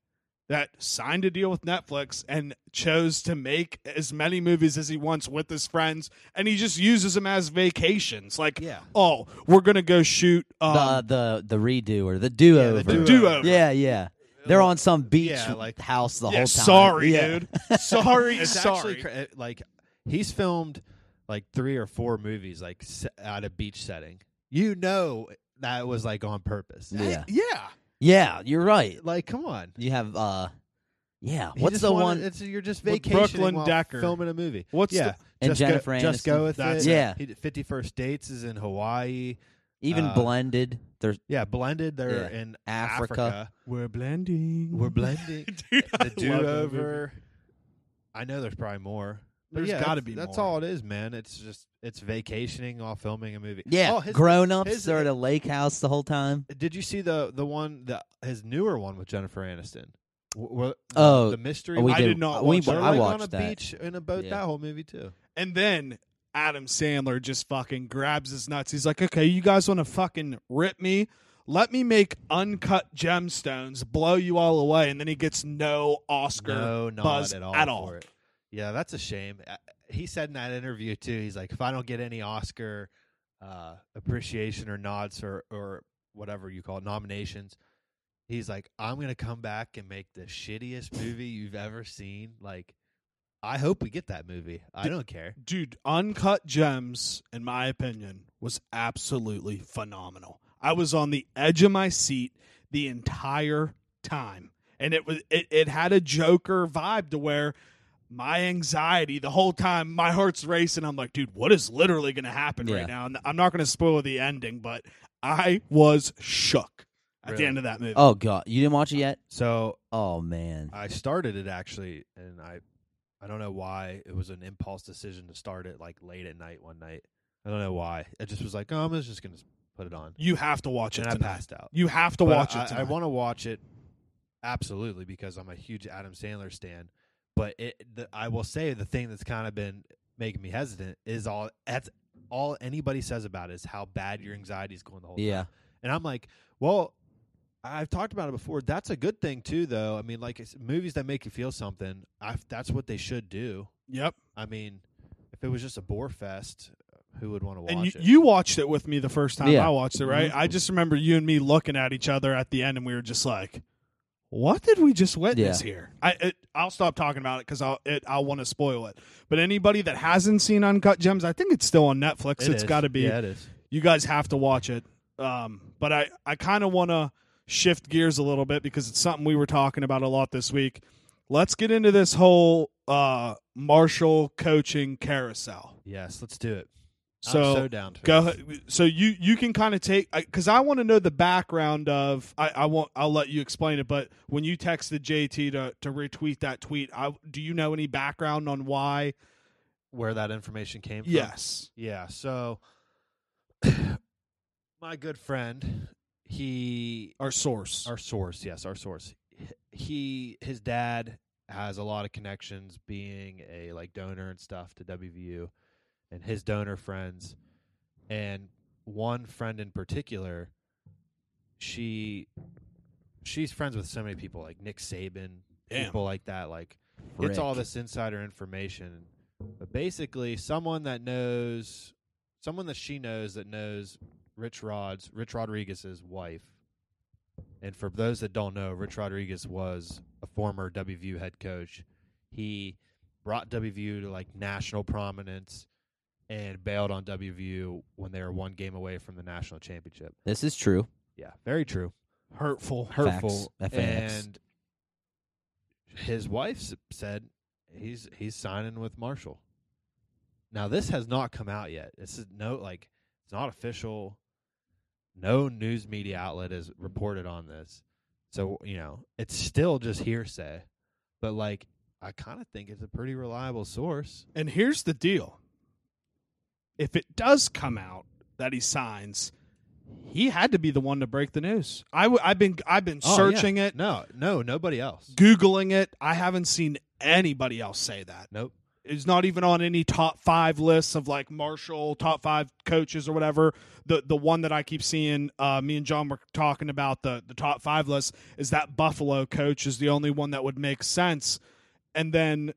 S4: that signed a deal with Netflix and chose to make as many movies as he wants with his friends, and he just uses them as vacations? Like,
S3: Yeah.
S4: oh, we're gonna go shoot um,
S2: the the the redo or the do
S3: Yeah, the
S2: over.
S4: the
S3: duo.
S4: do over.
S2: yeah, yeah. They're on some beach
S3: Yeah, like-
S2: house the
S4: Yeah,
S2: whole time.
S4: sorry,
S2: Yeah.
S3: [laughs]
S4: dude. Sorry,
S3: It's
S4: sorry.
S3: actually cra- like he's filmed like three or four movies like s- at a beach setting. You know that was like on purpose.
S2: Yeah.
S4: yeah.
S2: Yeah, you're right.
S3: Like come on.
S2: You have uh yeah,
S3: He
S2: what's
S3: just
S2: the
S3: wanted-
S2: one
S3: It's you're just
S4: With
S3: vacationing
S4: Brooklyn
S3: while
S4: Decker.
S3: filming a movie.
S4: What's
S3: yeah?
S2: And
S3: just
S2: Jennifer
S3: go, just
S2: Aniston.
S3: go with
S4: That's
S3: it.
S2: it. Yeah.
S3: He did Fifty First Dates is in Hawaii.
S2: even
S3: uh,
S2: blended. There's
S3: Yeah, blended. They're
S2: Yeah.
S3: in
S2: Africa.
S4: We're blending.
S3: We're
S4: [laughs]
S3: blending.
S4: Dude,
S3: the
S4: I love that
S3: do
S4: movie.
S3: over. I know there's probably more. But
S4: There's
S3: yeah,
S4: gotta
S3: that's-
S4: be
S3: That's
S4: more.
S3: all it is, man. It's just it's vacationing while filming a movie.
S2: yeah,
S3: Oh, his-
S2: grown ups.
S3: his-
S2: They're at a lake house the whole time.
S3: did you see the the one the his newer one with Jennifer Aniston? Wh- wh-
S2: Oh,
S3: the mystery.
S2: Oh, we
S3: one?
S4: I did not
S2: we,
S4: watch that.
S2: I
S3: They're like
S2: watched
S3: on a
S2: that.
S3: beach in a boat.
S2: Yeah.
S3: That whole movie too.
S4: And then Adam Sandler just fucking grabs his nuts. He's like, okay, you guys want to fucking rip me? Let me make uncut gemstones, blow you all away. And then he gets no Oscar
S3: No, not
S4: buzz
S3: at all.
S4: at all.
S3: for it. Yeah, that's a shame. Uh, He said in that interview too. He's like, if I don't get any Oscar uh, appreciation or nods or or whatever you call it, nominations, he's like, I'm gonna come back and make the shittiest movie you've ever seen. Like, I hope we get that movie. I
S4: Did-
S3: don't care.
S4: Dude, Uncut Gems, in my opinion, was absolutely phenomenal. I was on the edge of my seat the entire time. And it was it, it had a Joker vibe to where my anxiety the whole time, my heart's racing. I'm like, dude, what is literally gonna happen
S2: Yeah.
S4: right now? And I'm not gonna spoil the ending, but I was shook at
S3: Really?
S4: the end of that movie.
S2: Oh god, you didn't watch it yet?
S3: So
S2: Oh man.
S3: Uh, I started it actually, and I, I don't know why it was an impulse decision to start it like late at night one night. I don't know why. I just was like, oh, I'm just gonna put it on.
S4: You have to watch it.
S3: and I
S4: tonight.
S3: passed out.
S4: You have to
S3: But
S4: watch
S3: I,
S4: it.
S3: I
S4: tonight.
S3: want to watch it absolutely because I'm a huge Adam Sandler stan. But it, the, I will say the thing that's kind of been making me hesitant is all that's all anybody says about it is how bad your anxiety is going the whole
S2: Yeah.
S3: time. And I'm like, well, I've talked about it before. That's a good thing too, though. I mean, like it's, movies that make you feel something. I, that's what they should do.
S4: Yep.
S3: I mean, if it was just a bore fest, who would want to watch
S4: And you,
S3: it? Mm-hmm.
S4: you watched it with me the first time
S2: Yeah.
S4: I watched it, right? I just remember you and me looking at each other at the end, and we were just like, "What did we just witness
S2: Yeah.
S4: here?" I it, I'll stop talking about it because I'll it, I'll want to spoil it. But anybody that hasn't seen Uncut Gems, I think it's still on Netflix.
S3: It
S4: it's
S3: is.
S4: got to be.
S3: Yeah, it is.
S4: You guys have to watch it. Um, but I I kind of want to shift gears a little bit because it's something we were talking about a lot this week. Let's get into this whole uh, Marshall coaching carousel.
S3: Yes, let's do it. I'm
S4: So,
S3: so down for
S4: go
S3: this.
S4: ahead. so you you can kind of take because I want to know the background of I, I won't I'll let you explain it but when you texted JT to, to retweet that tweet I do you know any background on why
S3: where that information came from.
S4: yes
S3: Yeah. So [coughs] my good friend, he
S4: our source
S3: our source, yes, our source. He his dad has a lot of connections being a like donor and stuff to WVU and his donor friends and one friend in particular she she's friends with so many people like Nick Saban,
S4: Damn.
S3: people like that like gets all this insider information. But basically, someone that knows, someone that she knows that knows Rich Rod's, Rich Rodriguez's wife. And for those that don't know, Rich Rodriguez was a former WVU head coach. He brought WVU to like national prominence and bailed on WVU when they were one game away from the national championship.
S2: This is true.
S3: Yeah, very true
S4: hurtful
S3: hurtful
S2: Facts. FAX.
S3: and his wife s- said he's he's signing with Marshall. Now this has not come out yet. This is no like it's not official. No news media outlet has reported on this. So, you know, it's still just hearsay. But like I kind of think it's a pretty reliable source.
S4: and here's the deal if it does come out that he signs he had to be the one to break the news I w- I've been I've been
S3: Oh, yeah.
S4: searching it
S3: No, no, nobody else.
S4: googling it I haven't seen anybody else say that
S3: Nope.
S4: is not even on any top five lists of like Marshall top five coaches or whatever. The the one that I keep seeing, uh, me and John were talking about the the top five list is that Buffalo coach is the only one that would make sense, and then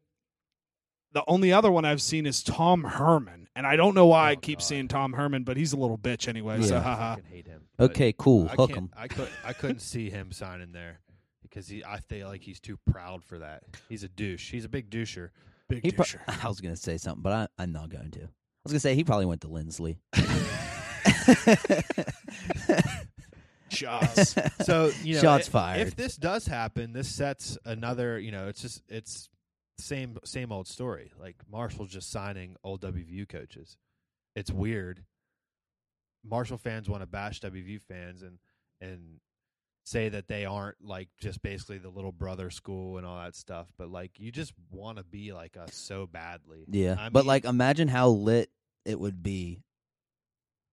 S4: the only other one I've seen is Tom Herman, and I don't know why I
S3: Oh,
S4: keep
S3: God.
S4: seeing Tom Herman, but he's a little bitch anyway. So
S2: Yeah.
S4: haha.
S3: I fucking hate him. But-
S2: Okay, cool.
S3: I
S2: Hook
S3: can't-
S2: 'em. [laughs]
S3: I could I couldn't see him signing there because he I feel like he's too proud for that. He's a douche. He's a big doucher.
S4: big
S2: He pro-
S4: doucher.
S2: [laughs] I was gonna say something, but I, I'm not going to. I was gonna say he probably went to
S3: [laughs]
S2: Lindsley.
S4: Jaws.
S3: Uh,
S2: [laughs]
S3: So you know,
S2: Shots
S3: i-
S2: fired.
S3: If this does happen, this sets another. You know, it's just it's same same old story. Like Marshall's just signing old WVU coaches. It's weird. Marshall fans want to bash WVU fans and and say that they aren't like just basically the little brother school and all that stuff. But like, you just want to be like us so badly.
S2: yeah,
S3: I
S2: but
S3: mean-
S2: like, imagine how lit it would be.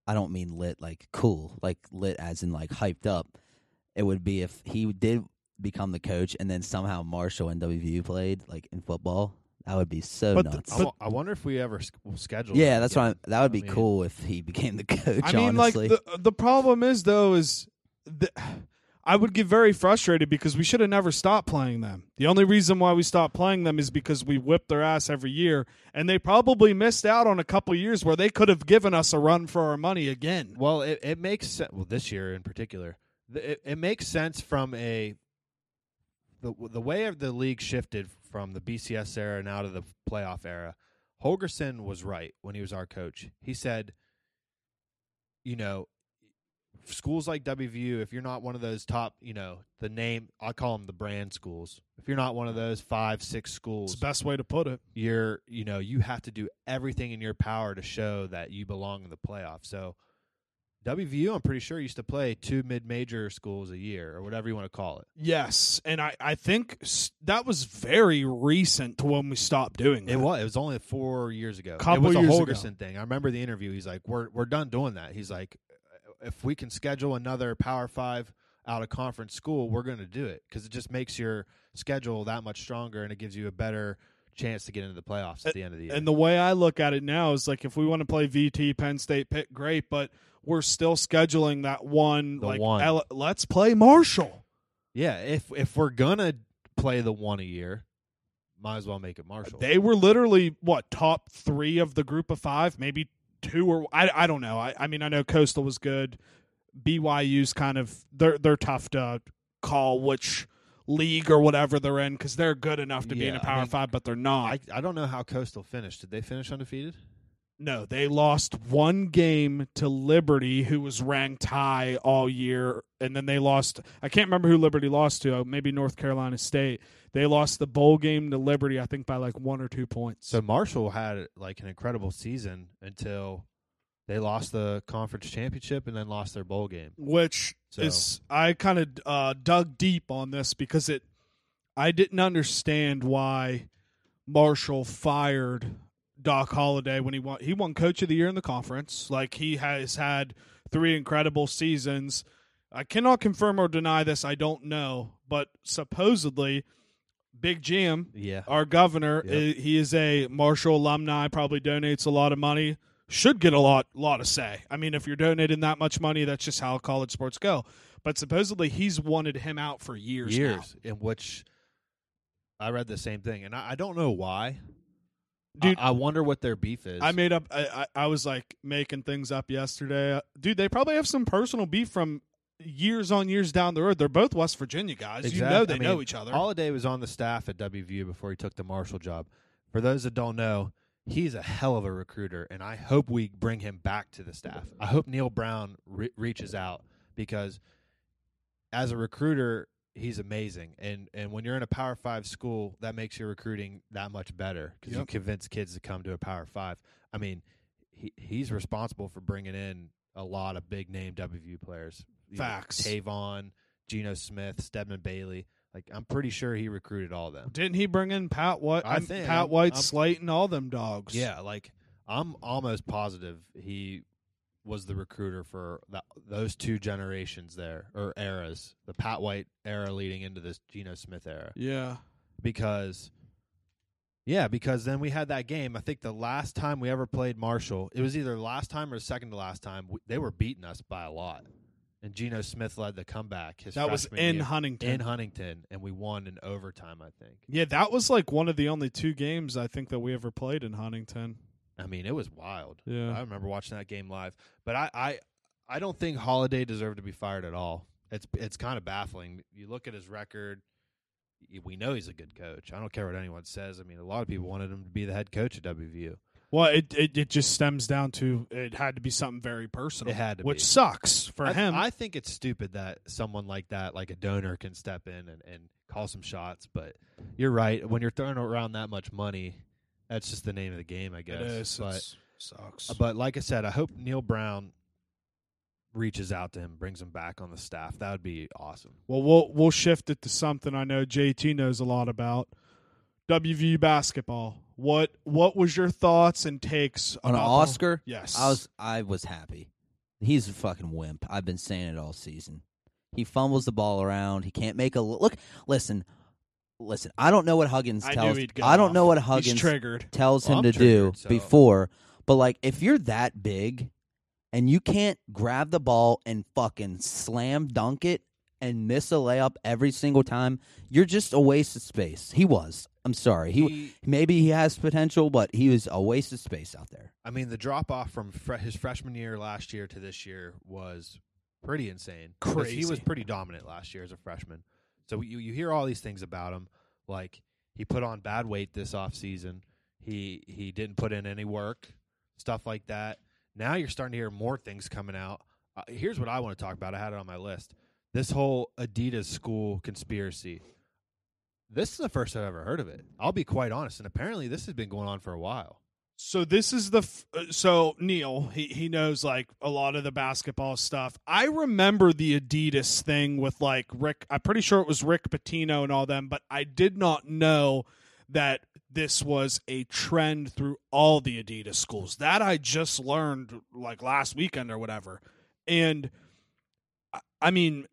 S2: I don't mean lit like cool, like lit as in like hyped up. It would be if he did become the coach, and then somehow Marshall and WVU played like in football. That would be so
S4: But the-
S2: nuts.
S3: I
S4: But-
S3: wo- I wonder if we ever sch- will schedule.
S2: yeah, that's
S3: again.
S2: why that would be
S3: I mean-
S2: cool if he [laughs] became the coach.
S4: I mean,
S2: honestly,
S4: like the the problem is though is the, I would get very frustrated because we should have never stopped playing them. The only reason why we stopped playing them is because we whipped their ass every year, and they probably missed out on a couple years where they could have given us a run for our money again.
S3: Well, it, it makes sense. Well, this year in particular, th- it, it makes sense from a the the way of the league shifted from the BCS era and out of the playoff era. Holgerson was right when he was our coach. He said, you know, schools like WVU, if you're not one of those top, you know, the name I call them the brand schools. If you're not one of those five, six
S4: It's
S3: schools,
S4: the best way to put it.
S3: you're you know you have to do everything in your power to show that you belong in the playoff so wvu i'm pretty sure used to play two mid-major schools a year or whatever you want to call it
S4: Yes, and I I think s- that was very recent to when we stopped doing that.
S3: it was it was only four years ago
S4: Couple
S3: it was
S4: years
S3: a
S4: ago.
S3: holgerson thing i remember the interview he's like we're, we're done doing that he's like if we can schedule another power five out of conference school we're going to do it because it just makes your schedule that much stronger and it gives you a better chance to get into the playoffs at the end of the year
S4: And the way I look at it now is like if we want to play VT, Penn State, Pitt, great, but we're still scheduling that one.
S3: The
S4: like,
S3: one.
S4: L- let's play Marshall.
S3: Yeah, if if we're gonna play the one a year, might as well make it Marshall.
S4: They were literally what top three of the group of five, maybe two or I, I don't know. I, I mean, I know Coastal was good. BYU's kind of they're they're tough to call which league or whatever they're in because they're good enough to be in
S3: Yeah,
S4: a
S3: I
S4: power
S3: think-
S4: five, but they're not.
S3: I, I don't know how Coastal finished. Did they finish undefeated?
S4: No, they lost one game to Liberty, who was ranked high all year, and then they lost. I can't remember who Liberty lost to. uh, Maybe North Carolina State. They lost the bowl game to Liberty, I think, by like one or two points.
S3: So Marshall had like an incredible season until They lost the conference championship and then lost their bowl game.
S4: which
S3: So-
S4: is I kind of uh, dug deep on this because it I didn't understand why Marshall fired Doc Holliday when he won he won coach of the year in the conference. Like he has had three incredible seasons. I cannot confirm or deny this. I don't know, but supposedly Big Jim,
S3: Yeah.
S4: our governor,
S3: Yep.
S4: i- he is a Marshall alumni. Probably donates a lot of money should get a lot lot of say. I mean, if you're donating that much money, that's just how college sports go. But supposedly he's wanted him out for years. now.
S3: in which I read the same thing, and I, I don't know why.
S4: Dude-
S3: I, I wonder what their beef is.
S4: I made up. I, I I was like making things up yesterday, Uh, dude. They probably have some personal beef from years on years down the road. They're both West Virginia guys. You
S3: Exact-
S4: know they
S3: I mean,
S4: know each other.
S3: Holiday was on the staff at WVU before he took the Marshall job. For those that don't know, he's a hell of a recruiter, and I hope we bring him back to the staff. I hope Neil Brown re- reaches out because as a recruiter, he's amazing. And and when you're in a Power Five school, that makes your recruiting that much better because you
S4: Yep.
S3: convince kids to come to a Power Five. I mean, he, he's responsible for bringing in a lot of big name WVU players. You know,
S4: Facts.
S3: Tavon, Geno Smith, Stedman Bailey. Like I'm pretty sure he recruited all of them.
S4: Didn't he bring in Pat White?
S3: I
S4: I'm-
S3: think-
S4: Pat White,
S3: I'm-
S4: Slayton, all them dogs.
S3: Yeah, like I'm almost positive he was the recruiter for th those two generations there or eras, the Pat White era leading into this Geno Smith era.
S4: yeah.
S3: because yeah, because then we had that game. I think the last time we ever played Marshall, it was either last time or second to last time. We, they were beating us by a lot, and Geno Smith led the comeback. His
S4: That was
S3: freshman
S4: in
S3: year,
S4: Huntington.
S3: in Huntington, and we won in overtime. I think.
S4: yeah, that was like one of the only two games I think that we ever played in Huntington.
S3: I mean, it was wild.
S4: Yeah.
S3: I remember watching that game live, but I, I, I don't think Holiday deserved to be fired at all. It's it's kind of baffling. You look at his record. y- We know he's a good coach. I don't care what anyone says. I mean, a lot of people wanted him to be the head coach at WVU.
S4: Well, it, it it just stems down to it had to be something very personal.
S3: It had to
S4: which
S3: be.
S4: sucks for
S3: I,
S4: him.
S3: I think it's stupid that someone like that, like a donor, can step in and, and call some shots. But you're right. When you're throwing around that much money, that's just the name of the game, I guess.
S4: it is
S3: But-
S4: It's- sucks.
S3: Uh, But like I said, I hope Neil Brown reaches out to him, brings him back on the staff. That would be awesome.
S4: well, we'll we'll shift it to something I know JT knows a lot about. WVU basketball. What what was your thoughts and takes
S2: on an
S4: about the-
S2: Oscar.
S4: Yes,
S2: I was I was happy. He's a fucking wimp. I've been saying it all season. He fumbles the ball around. He can't make a l- look. Listen, listen. I don't know what Huggins
S4: I
S2: tells.
S4: knew he'd go
S2: I don't
S4: off.
S2: know what
S4: He's
S2: Huggins
S4: triggered.
S2: tells him
S3: Well,
S2: to
S3: I'm
S2: do
S3: triggered, so-
S2: before. But like, if you're that big and you can't grab the ball and fucking slam dunk it and miss a layup every single time, you're just a waste of space. He was. I'm sorry. He,
S3: He-
S2: maybe he has potential, but he was a waste of space out there.
S3: I mean, the drop off from fre- his freshman year last year to this year was pretty insane. 'Cause He was
S4: Crazy.
S3: pretty dominant last year as a freshman. So you you hear all these things about him, like he put on bad weight this off season. He he didn't put in any work, stuff like that. Now you're starting to hear more things coming out. Uh, here's what I want to talk about. I had it on my list. This whole Adidas school conspiracy. This is the first I've ever heard of it. I'll be quite honest, and apparently this has been going on for a while.
S4: So this is the f- uh, so Neil he he knows like a lot of the basketball stuff. I remember the Adidas thing with like Rick. I'm pretty sure it was Rick Pitino and all them, but I did not know that this was a trend through all the Adidas schools. That I just learned like last weekend or whatever. And I- I mean,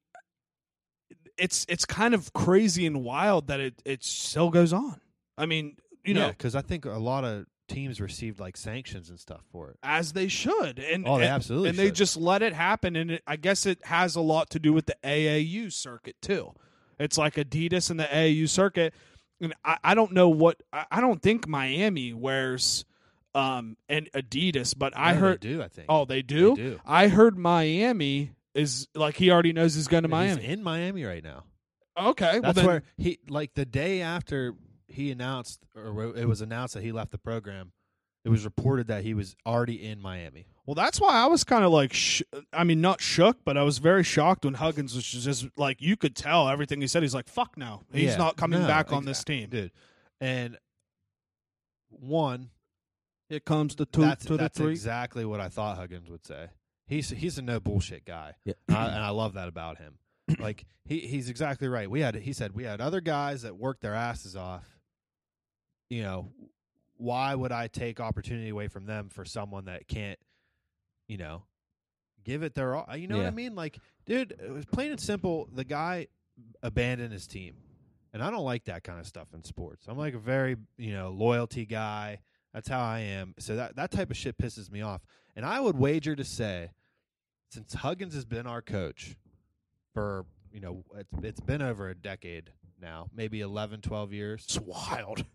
S4: it's it's kind of crazy and wild that it it still goes on. I mean, you know,
S3: because I think a lot of teams received like sanctions and stuff for it.
S4: as they should. And
S3: Oh, they
S4: and-
S3: absolutely
S4: and they
S3: should.
S4: just let it happen. And it, I guess it has a lot to do with the AAU circuit too. It's like Adidas and the AAU circuit, and I, I don't know what I, I don't think Miami wears um an Adidas, but I
S3: No, they
S4: heard
S3: do. I think.
S4: oh they do?
S3: They do.
S4: I heard Miami is like he already knows he's going to
S3: Miami.
S4: Miami.
S3: He's in Miami right now.
S4: okay, well
S3: That's
S4: then
S3: where he like the day after he announced or it was announced that he left the program. It was reported that he was already in Miami.
S4: Well, that's why I was kind of like, sh- I mean, not shook, but I was very shocked when Huggins was just like, you could tell everything he said. He's like, fuck no, he's
S3: Yeah.
S4: not coming
S3: No,
S4: back on
S3: exa-
S4: this team.
S3: dude. And one,
S4: Here comes the two
S3: that's
S4: to
S3: that's
S4: the three.
S3: exactly what I thought Huggins would say. He's he's a no bullshit guy,
S2: Yeah.
S3: and, I, and I love that about
S4: [clears throat]
S3: him. Like he he's exactly right. We had he said we had other guys that worked their asses off. You know, why would I take opportunity away from them for someone that can't, you know, give it their all? You know what
S2: Yeah.
S3: I mean? Like, dude, it was plain and simple. The guy abandoned his team, and I don't like that kind of stuff in sports. I'm like a very you know loyalty guy. That's how I am. So that that type of shit pisses me off. And I would wager to say, since Huggins has been our coach for you know it's it's been over a decade now, maybe 11, 12 years.
S4: It's wild.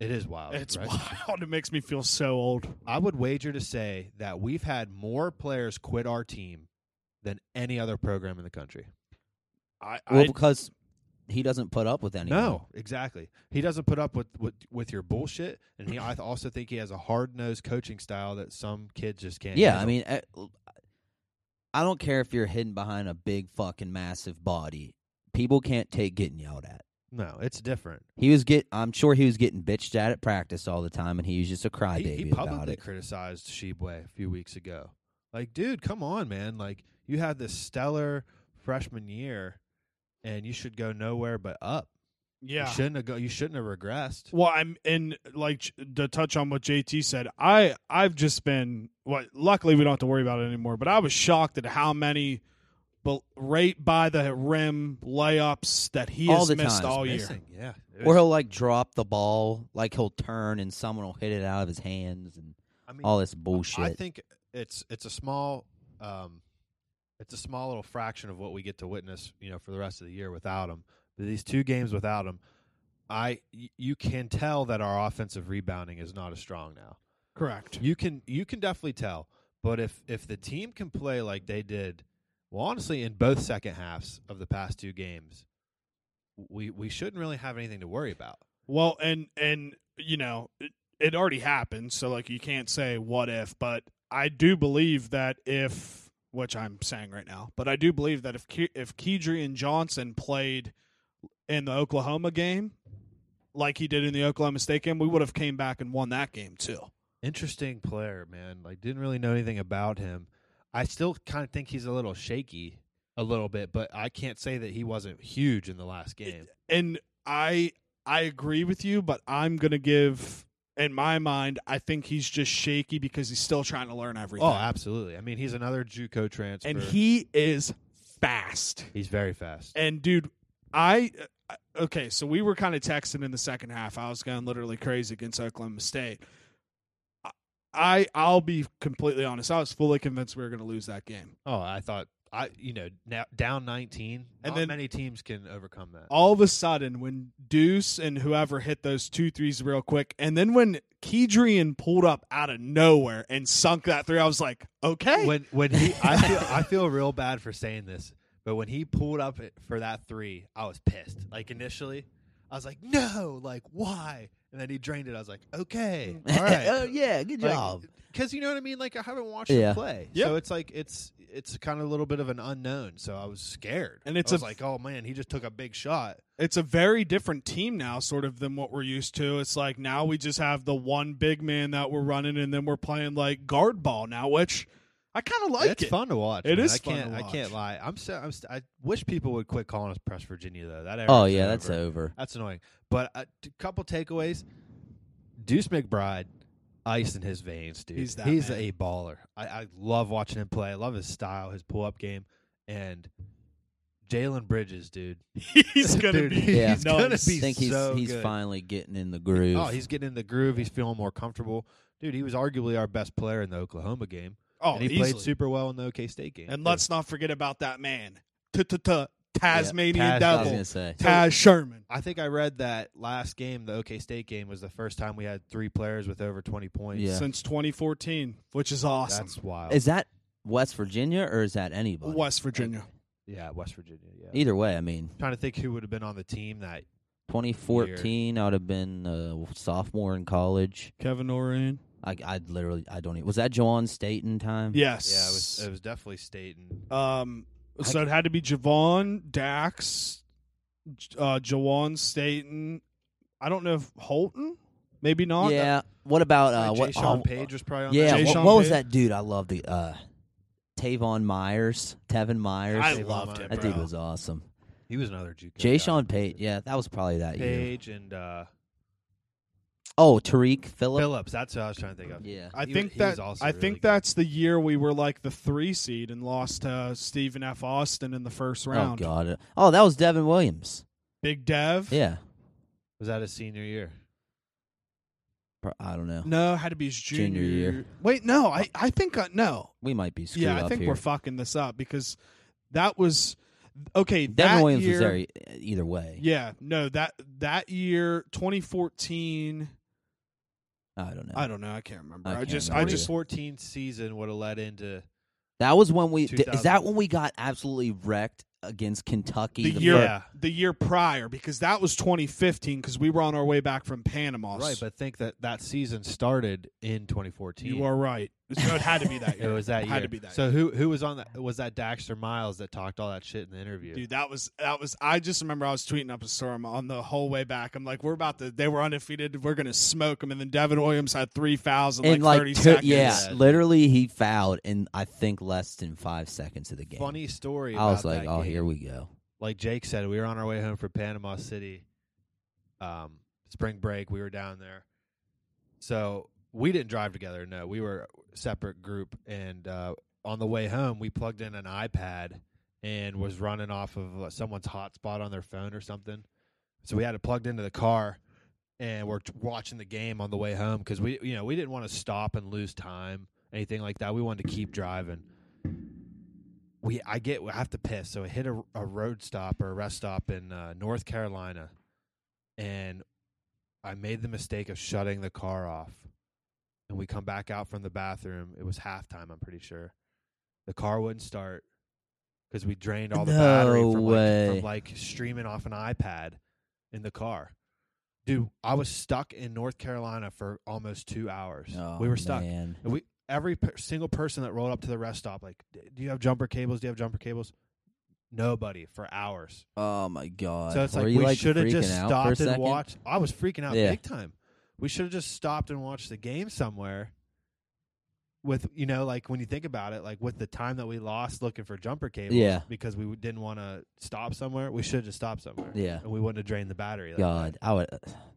S3: It is wild.
S4: It's
S3: right?
S4: wild. It makes me feel so old.
S3: I would wager to say that we've had more players quit our team than any other program in the country.
S4: I,
S2: Well,
S4: I
S2: because he doesn't put up with anyone.
S3: No, exactly. He doesn't put up with with, with your bullshit, and he I th- also think he has a hard nosed coaching style that some kids just can't.
S2: Yeah,
S3: handle.
S2: I mean, I, I don't care if you're hidden behind a big fucking massive body. People can't take getting yelled at.
S3: no, it's different.
S2: He was get. I'm sure he was getting bitched at at practice all the time, and he was just a
S3: he,
S2: crybaby
S3: he
S2: about
S3: publicly
S2: it.
S3: criticized Shibwe a few weeks ago. Like, dude, come on, man! Like, you had this stellar freshman year, and you should go nowhere but up.
S4: yeah.
S3: you shouldn't have go. You shouldn't have regressed.
S4: Well, I'm and like j- to touch on what JT said. I I've just been well, luckily we don't have to worry about it anymore. But I was shocked at how many bel- right by the rim layups that he
S2: All
S4: has
S2: the
S4: missed
S2: time.
S4: all year.
S3: Missing, yeah. It
S2: Or
S3: was-
S2: he'll like drop the ball, like he'll turn and someone will hit it out of his hands and
S3: I mean,
S2: all this bullshit. [laughs]
S3: I think it's it's a small um, it's a small little fraction of what we get to witness, you know, for the rest of the year without him. But these two games without him, I y- you can tell that our offensive rebounding is not as strong now.
S4: Correct.
S3: You can you can definitely tell. But if if the team can play like they did, well, honestly, in both second halves of the past two games, we we shouldn't really have anything to worry about.
S4: Well, and and you know it, it already happened, so like you can't say what if, but I do believe that if which I'm saying right now, but I do believe that if Ke- if Keidre and Johnson played in the Oklahoma game like he did in the Oklahoma State game, we would have came back and won that game too.
S3: interesting player, man. Like didn't really know anything about him. I still kind of think he's a little shaky a little bit, but I can't say that he wasn't huge in the last game.
S4: And I I agree with you, but I'm going to give in my mind, I think he's just shaky because he's still trying to learn everything.
S3: oh, absolutely. I mean, he's another JUCO transfer.
S4: and he is fast.
S3: he's very fast.
S4: And dude, I I- okay, so we were kind of texting in the second half. I was going literally crazy against Oklahoma State. I- I I'll be completely honest. I was fully convinced we were going to lose that game.
S3: oh, I thought I you know, now down 19.
S4: And
S3: And
S4: then-
S3: then many teams can overcome that.
S4: All of a sudden, when Deuce and whoever hit those two threes real quick, and then when Kedrian pulled up out of nowhere and sunk that three, I was like, okay,
S3: When when he
S2: [laughs]
S3: I feel I feel real bad for saying this, but when he pulled up it- for that 3, I was pissed. Like initially, I was like, "No, like why?" And then he drained it. I was like,
S2: [laughs]
S3: "Okay. All right."
S2: oh yeah, good job.
S3: Because you know what I mean. Like I haven't watched
S2: Yeah.
S3: him play,
S4: Yeah.
S3: so it's like it's it's kind of a little bit of an unknown. So I was scared,
S4: And it's
S3: I was
S4: a-
S3: like, oh man, he just took a big shot.
S4: it's a very different team now, sort of than what we're used to. It's like now we just have the one big man that we're running, and then we're playing like guard ball now, which I kind of like
S3: it's
S4: it.
S3: fun to watch.
S4: It
S3: man.
S4: is
S3: I
S4: fun
S3: can't.
S4: to
S3: I can't
S4: watch.
S3: lie. I'm. So, I'm. St- I wish people would quit calling us Press Virginia though. That.
S2: Oh
S3: era's
S2: yeah, that's
S3: over.
S2: over.
S3: That's annoying. But a t- couple takeaways. Deuce McBride, ice in his veins, dude.
S4: He's that
S3: He's
S4: man.
S3: a baller. I, I love watching him play. I love his style, his pull up game, and Jalen Bridges, dude.
S4: [laughs]
S3: [laughs]
S4: he's gonna
S3: Dude,
S4: be
S2: Yeah.
S4: he's
S3: [laughs] he's gonna
S4: nuts. Oh,
S2: I
S3: be-
S2: think he's
S3: so
S2: he's
S3: good.
S2: finally getting in the groove.
S3: Oh, he's getting in the groove. He's feeling more comfortable. Dude, he was arguably our best player in the Oklahoma game.
S4: oh,
S3: and he
S4: easily.
S3: played super well in the OK State game.
S4: and
S3: too.
S4: let's not forget about that man, T-t-t- Tasmanian
S3: Yeah, Taz-
S2: I was
S4: Devil,
S2: gonna say.
S4: Taz Sherman.
S3: I think I read that last game, the OK State game, was the first time we had three players with over 20 points.
S2: Yeah.
S4: Since 2014, which is awesome.
S3: That's wild.
S2: Is that West Virginia or is that anybody?
S4: Oh. West Virginia.
S3: yeah, West Virginia. Yeah.
S2: Either way, I mean,
S3: trying to think who would have been on the team that
S2: 2014, I would have been a sophomore in college.
S4: Kevin Oren.
S2: I, I literally, I don't even. Was that Joanne Staten time?
S4: Yes.
S3: yeah, it was it was definitely Staten.
S4: Um, so it had to be Javon, Dax, J- uh, Jawan Staten. I don't know if Holton. Maybe not.
S2: yeah. What about uh,
S3: Like
S2: what?
S3: Jay Sean
S2: oh,
S3: Page was probably on
S2: yeah.
S3: that.
S4: Jay
S2: What,
S4: Sean
S2: what was
S4: Page?
S2: that dude? I love the uh, Tavon Myers, Tevin Myers.
S4: I
S3: Save all
S4: loved
S3: mine,
S4: it,
S2: that
S4: bro.
S2: dude was awesome.
S3: He was another Juco.
S2: Jay
S3: guy.
S2: Sean Page. Yeah, that was probably that year.
S3: Page and uh,
S2: Oh, Tariq Phillip.
S3: Phillips. That's what I was trying to think of.
S2: Yeah.
S4: I
S3: He wa-
S4: think
S3: he was
S4: that
S3: also
S4: I
S3: really
S4: think
S3: good.
S4: that's the year we were like the three seed and lost to Stephen F. Austin in the first
S2: Oh
S4: round.
S2: God. Oh, that was Devin Williams.
S4: Big Dev.
S2: Yeah.
S3: Was that his senior year?
S2: Pro- I don't know.
S4: No, had to be his
S2: Junior
S4: junior,
S2: year.
S4: Wait, no, I I think uh, no.
S2: We might be screwed
S4: yeah, I
S2: up
S4: think
S2: here.
S4: we're fucking this up because that was okay.
S2: Devin
S4: that
S2: Williams
S4: year,
S2: was there e- either way.
S4: Yeah, no that that year, 2014.
S2: I don't know.
S4: I don't know. I can't remember.
S2: I
S4: I,
S2: can't
S4: just
S2: remember
S4: I just
S3: 14 season would have led into
S2: that was when we. d- Is
S3: 2000.
S2: that when we got absolutely wrecked against Kentucky?
S4: the
S2: the
S4: year
S2: fir-
S3: Yeah.
S4: the year prior because that was 2015 because we were on our way back from Panama.
S3: right, but think that that season started in 2014.
S4: you are right. So it had to be
S3: [laughs]
S4: that
S3: It
S4: year.
S3: was that year.
S4: Had to be that.
S3: so
S4: year.
S3: who who was on that? Was that Daxter Miles that talked all that shit in the interview?
S4: Dude, that was that was. I just remember I was tweeting up a storm on the whole way back. I'm like, we're about to. They were undefeated. We're gonna smoke them. And then Devin Williams had three fouls in like,
S2: in like,
S4: 30
S2: two-
S4: seconds.
S2: yeah,
S3: Yeah.
S2: literally he fouled in I think less than five seconds of the game.
S3: Funny story.
S2: I was
S3: about
S2: like,
S3: that
S2: oh,
S3: game.
S2: here we go.
S3: Like Jake said, we were on our way home from Panama City, um, spring break. We were down there, so we didn't drive together. No, we were a separate group, and uh, on the way home, we plugged in an iPad and was running off of uh, someone's hotspot on their phone or something. So we had it plugged into the car, and we're t- watching the game on the way home because we, you know, we didn't want to stop and lose time, anything like that. We wanted to keep driving. We, I get, I have to piss, so I hit a, a road stop or a rest stop in uh, North Carolina, and I made the mistake of shutting the car off. And we come back out from the bathroom. It was halftime, I'm pretty sure. The car wouldn't start because we drained all the battery
S2: No
S3: from, Like,
S2: way.
S3: from like streaming off an iPad in the car. Dude, I was stuck in North Carolina for almost two hours.
S2: Oh,
S3: we were stuck.
S2: man.
S3: And we every per, single person that rolled up to the rest stop, like, "D- do you have jumper cables? Do you have jumper cables? Nobody for hours.
S2: Oh my god.
S3: so it's
S2: Were
S3: like
S2: you,
S3: we should have
S2: freaking
S3: just
S2: out for a
S3: stopped and
S2: second?
S3: watched. I was freaking out
S2: Yeah.
S3: big time. We should have just stopped and watched the game somewhere. With you know, like when you think about it, like with the time that we lost looking for jumper cables,
S2: Yeah.
S3: because we didn't want to stop somewhere, we should have just stopped somewhere,
S2: Yeah.
S3: and we wouldn't have drained the battery. like that.
S2: God, I would.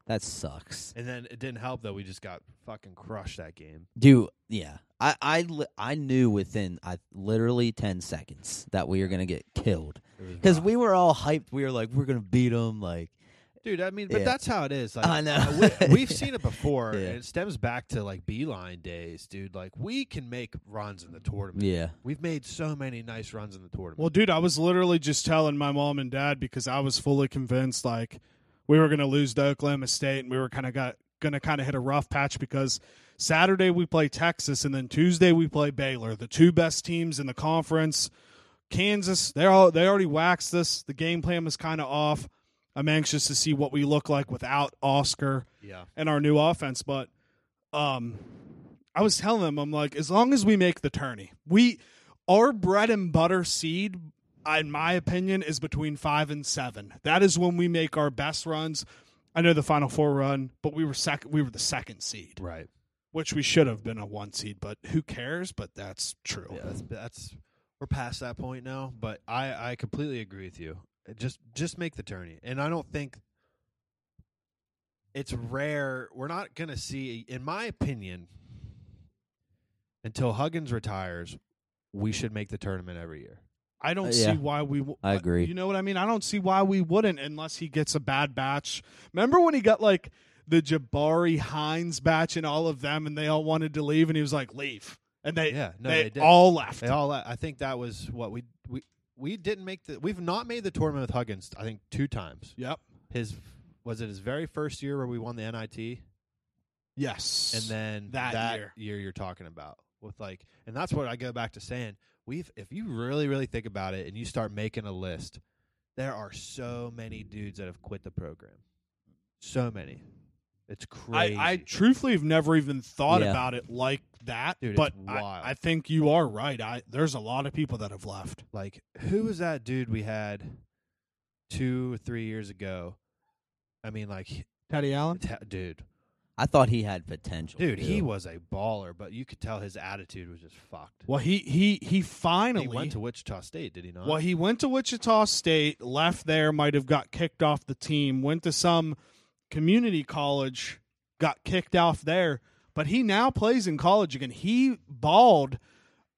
S2: That sucks,
S3: And then it didn't help though. We just got fucking crushed that game.
S2: dude. Yeah, I I li- I knew within I literally ten seconds that we were gonna get killed
S3: It was
S2: because
S3: rough.
S2: we were all hyped. We were like, we're gonna beat them. Like,
S3: dude. I mean, but
S2: Yeah.
S3: that's how it is. Like,
S2: I know.
S3: uh,
S2: [laughs]
S3: we, we've seen it before.
S2: Yeah.
S3: And it stems back to like beeline days, dude. Like we can make runs in the tournament.
S2: yeah,
S3: We've made so many nice runs in the tournament.
S4: Well, dude, I was literally just telling my mom and dad because I was fully convinced like we were going to lose to Oklahoma State and we were kind of got going to kind of hit a rough patch because Saturday we play Texas and then Tuesday we play Baylor, the two best teams in the conference. Kansas, they all they already waxed us. The game plan was kind of off. I'm anxious to see what we look like without Oscar
S3: yeah,
S4: and our new offense. But um, I was telling them, I'm like, as long as we make the tourney, we our bread and butter seed, in my opinion, is between five and seven. That is when we make our best runs. I know the final four run, but we were second. We were the second seed,
S3: right.
S4: which we should have been a one seed. But who cares? But that's true.
S3: Yeah, that's, that's we're past that point now. But I I completely agree with you. It Just just make the tourney, and I don't think it's rare. We're not gonna see, in my opinion, until Huggins retires. We should make the tournament every year.
S4: I don't
S2: Uh,
S4: see
S2: yeah.
S4: why we. W-
S2: I agree.
S4: You know what I mean? I don't see why we wouldn't unless he gets a bad batch. Remember when he got like the Jabari Hines batch and all of them, and they all wanted to leave, and he was like, "Leave," and they
S3: Yeah, no,
S4: they,
S3: they did.
S4: all left.
S3: They all. I think that was what we we we didn't make the. We've not made the tournament with Huggins. I think two times.
S4: yep.
S3: His was it his very first year where we won the NIT, and
S4: Yes.
S3: then
S4: That year.
S3: you're talking about with like, and that's what I go back to saying. We've if you really really think about it and you start making a list, there are so many dudes that have quit the program. So many. It's crazy.
S4: I, I truthfully have never even thought
S2: Yeah.
S4: about it like that,
S3: Dude, it's
S4: but
S3: wild.
S4: I, I think you are right. I there's a lot of people that have left.
S3: like who was that dude we had two or three years ago? I mean, like
S4: Teddy Allen,
S3: Ta- dude,
S2: I thought he had potential.
S3: Dude, he
S2: too.
S3: was a baller, but you could tell his attitude was just fucked.
S4: Well, he he he finally
S3: He went to Wichita State, did he not?
S4: Well, he went to Wichita State, left there, might have got kicked off the team, went to some community college, got kicked off there, but he now plays in college again. He balled.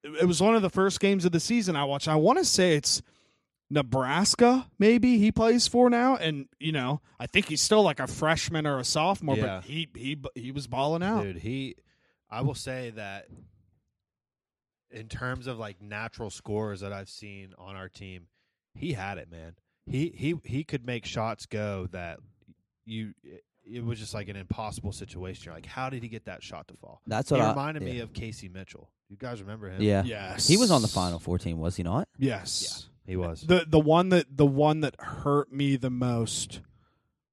S4: It was one of the first games of the season I watched. I want to say it's Nebraska, maybe he plays for now, and you know, I think he's still like a freshman or a sophomore,
S3: Yeah.
S4: but he he he was balling out.
S3: Dude, he. I will say that in terms of like natural scores that I've seen on our team, he had it, man. He he he could make shots go that you. It, it was just like an impossible situation. You're like, how did he get that shot to fall?
S2: That's
S3: He
S2: what I
S3: reminded me
S2: yeah.
S3: of Casey Mitchell. You guys remember him?
S2: Yeah.
S4: Yes,
S2: He was on the final four team, was he not?
S4: Yes.
S3: he was.
S4: the the one that the one that hurt me the most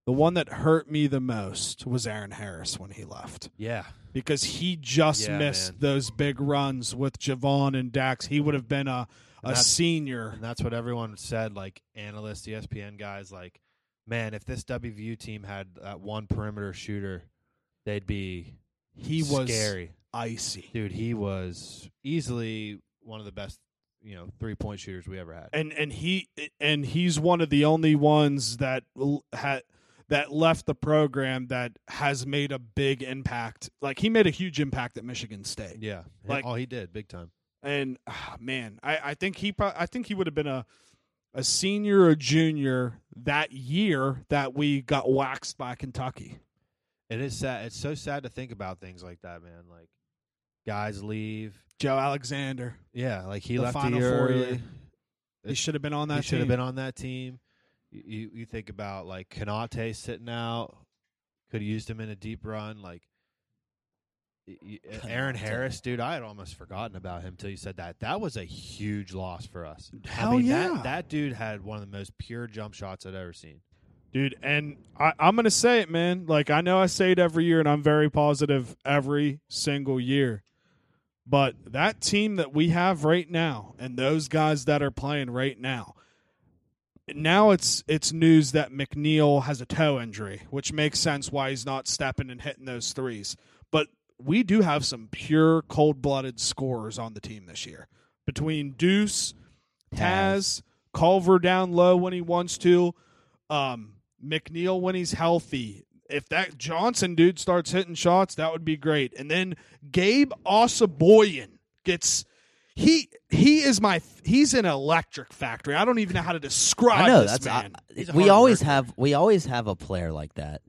S4: the one that hurt me the most was Aaron Harris when he left
S3: yeah,
S4: because he just
S3: Yeah,
S4: missed
S3: man.
S4: those big runs with Javon and Dax. He would have been a, a
S3: that's-
S4: senior.
S3: And that's what everyone said, like analysts, E ESPN guys, like, man, if this WVU team had that one perimeter shooter, they'd be
S4: He was
S3: scary.
S4: icy.
S3: Dude, he was easily one of the best, you know, three point shooters we ever had.
S4: And and he and he's one of the only ones that l- had that left the program that has made a big impact. Like he made a huge impact at Michigan State.
S3: yeah.
S4: like-
S3: oh, he did, big time.
S4: and ah, man, I, I think he pro- I think he would have been a a senior or junior that year that we got waxed by Kentucky.
S3: It is sad it's so sad to think about things like that, man. Like guys leave.
S4: Joe Alexander,
S3: Yeah, like he
S4: The
S3: left
S4: Final
S3: a year
S4: Four
S3: early.
S4: year. he should have been on
S3: He
S4: that.
S3: should have
S4: team.
S3: been on that team. You, you you think about like Kanate sitting out, could have used him in a deep run. Like y-
S4: [laughs]
S3: y- Aaron
S2: Konate.
S3: Harris, dude, I had almost forgotten about him till you said that. That was a huge loss for us.
S4: Hell
S3: I mean,
S4: yeah.
S3: that, that dude had one of the most pure jump shots I'd ever seen.
S4: dude. And I, I'm gonna say it, man. Like I know I say it every year, and I'm very positive every single year. But that team that we have right now, and those guys that are playing right now, now it's it's news that McNeil has a toe injury, which makes sense why he's not stepping and hitting those threes. But we do have some pure cold blooded scorers on the team this year. Between Deuce, Taz, Culver down low when he wants to, um, McNeil when he's healthy. If that Johnson dude starts hitting shots, that would be great. And then Gabe Osaboyan gets he he is my he's an electric factory. I don't even know how to describe
S2: I know
S4: this
S2: that's I-
S4: man.
S3: He's a
S2: we
S3: hard
S2: always
S3: worker.
S2: have we always have a player like that,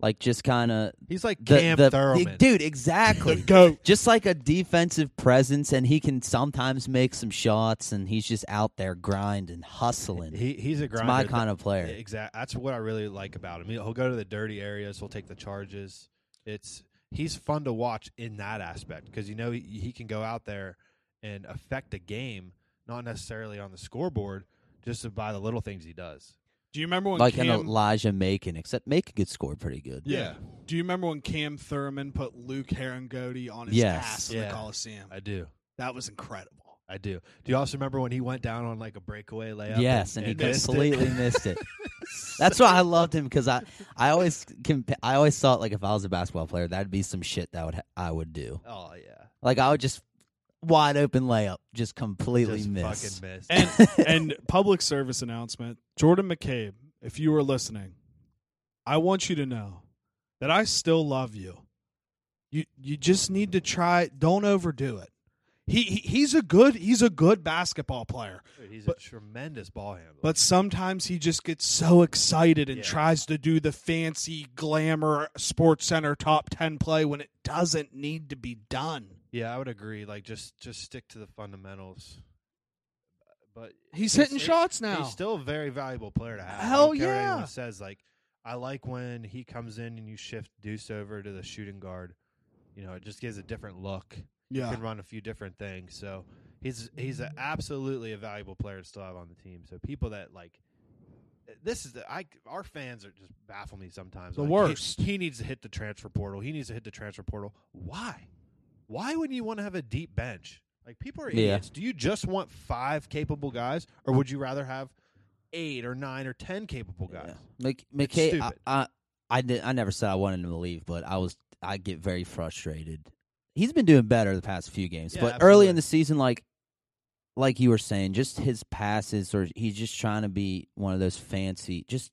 S2: like just kind of
S3: He's like
S2: the,
S3: Cam
S2: the-
S3: Thurman.
S2: dude exactly.
S3: [laughs]
S4: Go
S2: just like a defensive presence, and he can sometimes make some shots, and he's just out there grinding, hustling.
S3: He he's a
S2: it's
S3: grinder.
S2: my kind of player.
S3: Exactly. That's what I really like about him. He'll go to the dirty areas. He'll take the charges. It's he's fun to watch in that aspect because you know he, he can go out there and affect the game, not necessarily on the scoreboard, just by the little things he does.
S4: Do you remember when
S2: Like
S4: Cam,
S2: an Elijah Macon, except Macon could score pretty good.
S4: yeah. Do you remember when Cam Thurman put Luke Herringody on his
S2: Yes.
S4: ass in
S3: Yeah.
S4: the Coliseum?
S3: I do.
S4: That was incredible.
S3: I do. Do you also remember when he went down on like a breakaway layup?
S2: Yes, and, he
S3: missed it?
S2: completely missed it. That's why I loved him because I, I always compa- I always thought like if I was a basketball player, that'd be some shit that would ha- I would do.
S3: [laughs] Oh yeah,
S2: Like I would just wide open layup, just completely
S3: just
S2: miss.
S3: fucking missed.
S2: [laughs]
S4: And and public service announcement, Jordan McCabe, if you are listening, I want you to know that I still love you. You you just need to try don't overdo it. He, he he's a good he's a good basketball player,
S3: Dude, he's
S4: but-
S3: a tremendous ball handler.
S4: but sometimes he just gets so excited and
S3: Yeah.
S4: tries to do the fancy glamour sports center top 10 play when it doesn't need to be done.
S3: yeah, I would agree. Like just just stick to the fundamentals. But It's-
S4: He's hitting
S3: it-
S4: shots now.
S3: He's still a very valuable player to have. I
S4: Hell
S3: don't care what
S4: yeah.
S3: anyone says like I like when he comes in and you shift Deuce over to the shooting guard. You know, it just gives a different look.
S4: yeah.
S3: Can run a few different things. So he's he's a, absolutely a valuable player to still have on the team. So people that like this is the, I our fans are just baffle me sometimes.
S4: The
S3: Like, he-
S4: worst.
S3: He, needs to hit the transfer portal. He needs to hit the transfer portal. Why? Why wouldn't you want to have a deep bench? Like people are
S2: Yeah.
S3: idiots. Do you just want five capable guys, or would you rather have eight or nine or ten capable guys?
S2: Yeah. Mc- McKay, I,
S3: stupid.
S2: I I did, I never said I wanted him to leave, but I was I get very frustrated. He's been doing better the past few games,
S3: Yeah,
S2: but early
S3: absolutely.
S2: in the season, like like you were saying, just his passes or he's just trying to be one of those fancy. Just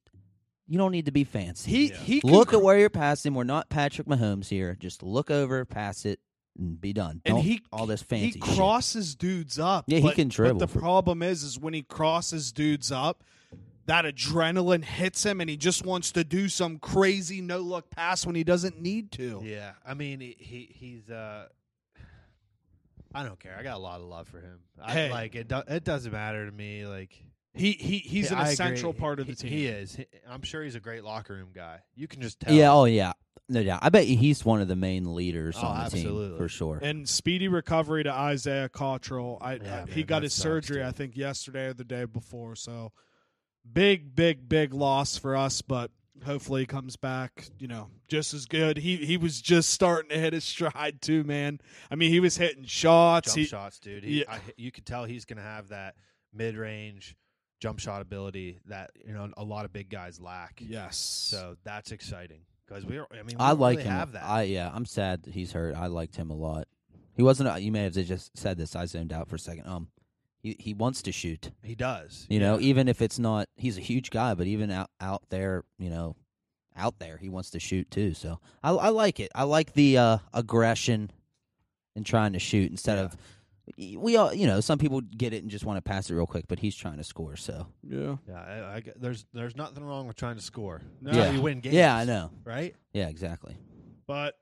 S2: you don't need to be fancy.
S3: He
S4: Yeah.
S3: he can
S2: look
S3: cr-
S2: at where you're passing. We're not Patrick Mahomes here. Just look over, pass it, and be done.
S4: and
S2: Don't
S4: he
S2: all this
S4: he
S2: fancy. shit.
S4: crosses dudes up.
S2: Yeah, he
S4: but-
S2: can dribble.
S4: But the problem is, is when he crosses dudes up, that adrenaline hits him, and he just wants to do some crazy no look pass when he doesn't need to.
S3: Yeah, I mean he, he he's uh I don't care. I got a lot of love for him. I
S4: Hey.
S3: like it do, it doesn't matter to me like
S4: He he he's
S3: Yeah,
S4: an
S3: I agree.
S4: essential part of
S3: He-
S4: the team.
S3: He is. He- I'm sure he's a great locker room guy. You can just tell.
S2: Yeah. Oh yeah. No doubt. I bet he's one of the main leaders
S3: Oh,
S2: on the team
S3: absolutely.
S2: for sure.
S4: And speedy recovery to Isaiah Cottrell. I,
S3: Yeah,
S4: I- he
S3: man,
S4: got
S3: that
S4: his
S3: sucks,
S4: surgery,
S3: dude.
S4: I think, yesterday or the day before. So big, big, big loss for us, but hopefully he comes back, you know, just as good. He he was just starting to hit his stride too, man. I mean, he was hitting shots.
S3: jump
S4: He-
S3: shots, dude. He,
S4: yeah.
S3: I, you could tell he's going to have that mid-range jump shot ability that you know a lot of big guys lack.
S4: Yes.
S3: So that's exciting because we are. I mean, we
S2: I
S3: don't
S2: like
S3: really
S2: him.
S3: Have that.
S2: I yeah, I'm sad that he's hurt. I liked him a lot. He wasn't. You may have just said this. I zoned out for a second. Um, he he wants to shoot.
S3: he does.
S2: You know, even if it's not, he's a huge guy, but even out out there, you know, out there, he wants to shoot too. So I I like it. I like the uh, aggression and trying to shoot instead of. We all, you know, some people get it and just want to pass it real quick, but he's trying to score. So
S4: yeah.
S3: Yeah. I, I, there's there's nothing wrong with trying to score.
S4: No.
S3: That's how
S2: Yeah.
S3: You win games.
S2: yeah, I know.
S3: Right.
S2: Yeah, exactly.
S4: But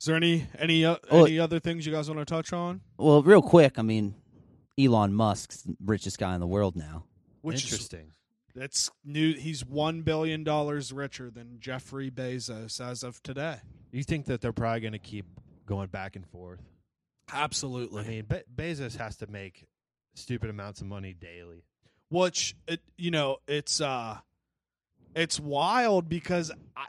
S4: is there any any uh,
S2: Oh,
S4: any other things you guys want to touch on?
S2: Well, real quick, I mean, Elon Musk's the richest guy in the world now.
S4: Which is
S3: Interesting.
S4: that's new he's one billion dollars richer than Jeffrey Bezos as of today.
S3: you think that they're probably going to keep going back and forth?
S4: Absolutely.
S3: I mean, Be- Bezos has to make stupid amounts of money daily.
S4: which it, you know it's uh it's wild because i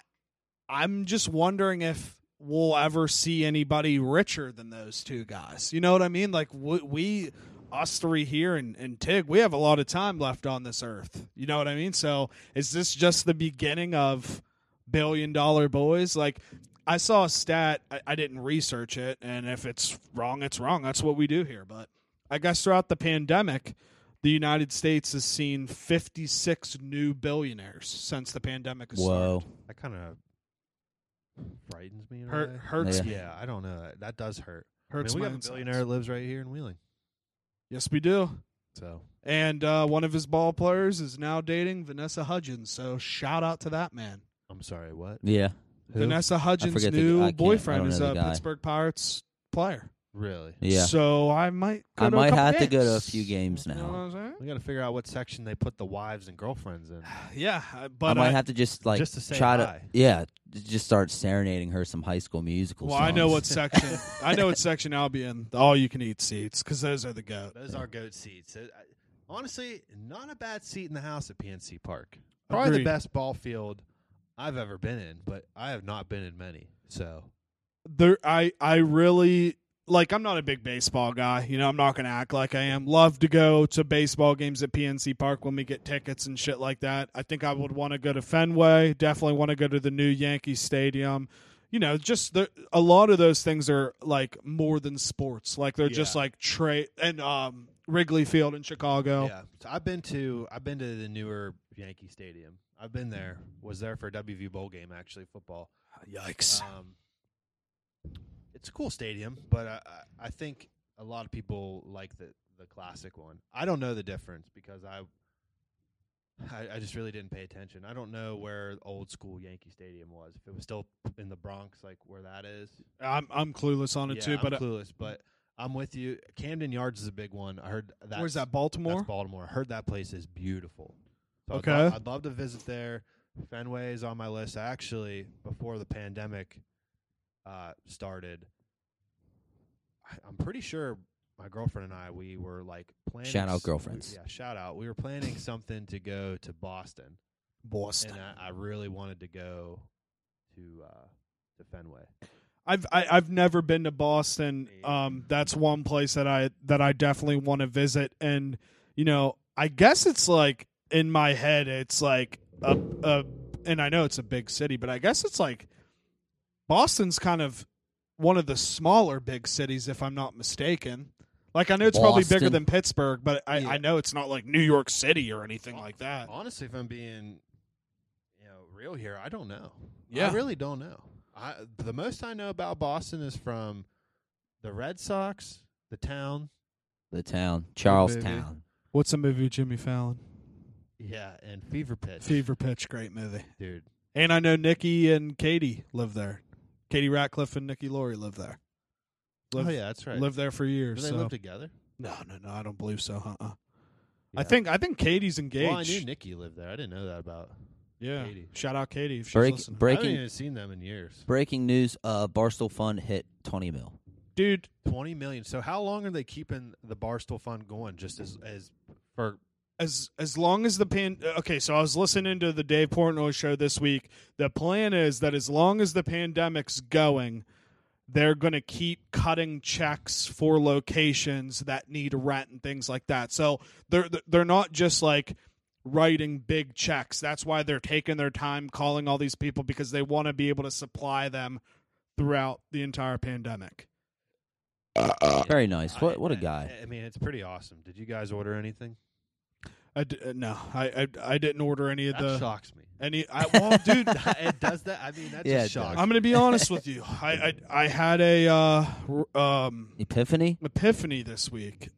S4: i'm just wondering if we'll ever see anybody richer than those two guys you know what i mean like we, we us three here and, and tig we have a lot of time left on this earth you know what i mean so is this just the beginning of billion dollar boys like i saw a stat I, I didn't research it and if it's wrong it's wrong that's what we do here but i guess throughout the pandemic the United States has seen 56 new billionaires since the pandemic has
S2: Whoa.
S3: That kind of frightens me. In a
S4: started.
S3: way.
S4: Hurt, hurts
S2: Yeah.
S4: me.
S3: Yeah, I don't know. That- That does hurt. I mean,
S4: Hurts
S3: we
S4: my
S3: have a
S4: insides.
S3: billionaire that lives right here in Wheeling.
S4: Yes, we do.
S3: So
S4: And uh, one of his ball players is now dating Vanessa Hudgens. So shout out to that man.
S3: I'm sorry. What?
S2: Yeah.
S3: Who?
S4: Vanessa Hudgens'
S2: forget the- I
S4: new
S2: can't- I
S4: boyfriend
S2: don't
S4: is
S2: know
S4: a
S2: the guy.
S4: Pittsburgh Pirates player.
S3: Really?
S2: Yeah.
S4: So I might. Go
S2: I
S4: to a
S2: might
S4: couple
S2: have to
S4: games.
S2: go to a few games
S4: You know
S2: now.
S4: what I'm saying? [sighs]
S3: We got to figure out what section they put the wives and girlfriends in.
S4: Yeah, I-
S2: I
S4: but
S2: might
S4: I-
S2: have to just like
S3: Just to say
S2: try to
S3: hi.
S2: yeah, j- just start serenading her some High School Musical.
S4: well, I know
S2: songs.
S4: what section. I
S2: [laughs]
S4: know what section I'll be in. The all-you-can-eat seats, because those are the goat.
S3: Those are goat seats. Uh, I- Honestly, not a bad seat in the house at PNC Park. Probably
S4: Agreed.
S3: the best ball field I've ever been in, but I have not been in many. So
S4: there I I really like I'm not a big baseball guy. You know, I'm not going to act like I am. Love to go to baseball games at PNC Park when we get tickets and shit like that. I think I would want to go to Fenway, definitely want to go to the new Yankee Stadium. You know, just the, a lot of those things are like more than sports. Like they're just
S3: Yeah.
S4: like trade and um Wrigley Field in Chicago.
S3: yeah, so I've been to I've been to the newer Yankee Stadium. I've been there. Was there for a WV bowl game actually football.
S4: Yikes.
S3: Um, it's a cool stadium, but I, I- I think a lot of people like the the classic one. I don't know the difference because I, I I just really didn't pay attention. I don't know where old school Yankee Stadium was. If it was still in the Bronx, like where that is,
S4: I'm I'm clueless on it
S3: yeah,
S4: too,
S3: I'm
S4: but uh,
S3: clueless. But I'm with you. Camden Yards is a big one. I heard that.
S4: where's that Baltimore?
S3: That's Baltimore. I heard that place is beautiful. So I'd
S4: Okay.
S3: lo- I'd, love to visit there. Fenway is on my list. I Actually, before the pandemic uh, started, I- I'm pretty sure my girlfriend and I we were like planning.
S2: Shout out
S3: s-
S2: girlfriends.
S3: Yeah, shout out. We were planning something to go to Boston,
S4: Boston.
S3: and I, I really wanted to go to uh, to Fenway.
S4: I've I, I've never been to Boston. Um, that's one place that I that I definitely want to visit. And you know, I guess it's like in my head, it's like a a and I know it's a big city, but I guess it's like Boston's kind of one of the smaller big cities, if I'm not mistaken. Like I know it's probably bigger
S2: Boston.
S4: than Pittsburgh, but I,
S3: Yeah.
S4: I know it's not like New York City or anything like that.
S3: Honestly, if I'm being, you know, real here, I don't know.
S4: Yeah.
S3: I really don't know. I the most I know about Boston is from the Red Sox, the town.
S2: The town, Charlestown.
S4: What's a movie Jimmy Fallon?
S3: Yeah, and Fever Pitch.
S4: Fever Pitch, great movie.
S3: dude.
S4: And I know Nikki and Katie live there. Katie Ratcliffe and Nikki Laurie live there. Live,
S3: oh yeah, that's right.
S4: live there for
S3: Do
S4: years.
S3: they
S4: so-
S3: live together?
S4: no, no, no, I don't believe so. Uh-uh. I
S3: Yeah.
S4: think I think Katie's engaged.
S3: Well, I knew Nikki lived there. I didn't know that about.
S4: yeah,
S3: Katie.
S4: shout out Katie if she's
S2: Break-
S4: listening.
S3: I haven't
S2: breaking
S3: even seen them in years.
S2: breaking news: uh, Barstool Fund hit twenty mil.
S4: Dude,
S3: Twenty million. So how long are they keeping the Barstool Fund going? Just as as for
S4: as as long as the pan uh, okay so i was listening to the dave portnoy show this week the plan is that as long as the pandemic's going they're going to keep cutting checks for locations that need rent and things like that so they're they're not just like writing big checks that's why they're taking their time calling all these people because they want to be able to supply them throughout the entire pandemic
S3: Uh,
S2: Very nice. What what a
S3: I-
S2: guy.
S3: I, I mean, it's pretty awesome. Did you guys order anything?
S4: I d- uh, no I, I i didn't order any of
S3: That
S4: the
S3: shocks me.
S4: any I, well
S3: [laughs]
S4: dude
S3: it does that. I mean, that
S2: Yeah, it
S3: just shocks.
S2: does.
S4: I'm gonna be honest with you. I I, I had a uh, r- um,
S2: Epiphany.
S4: epiphany this week,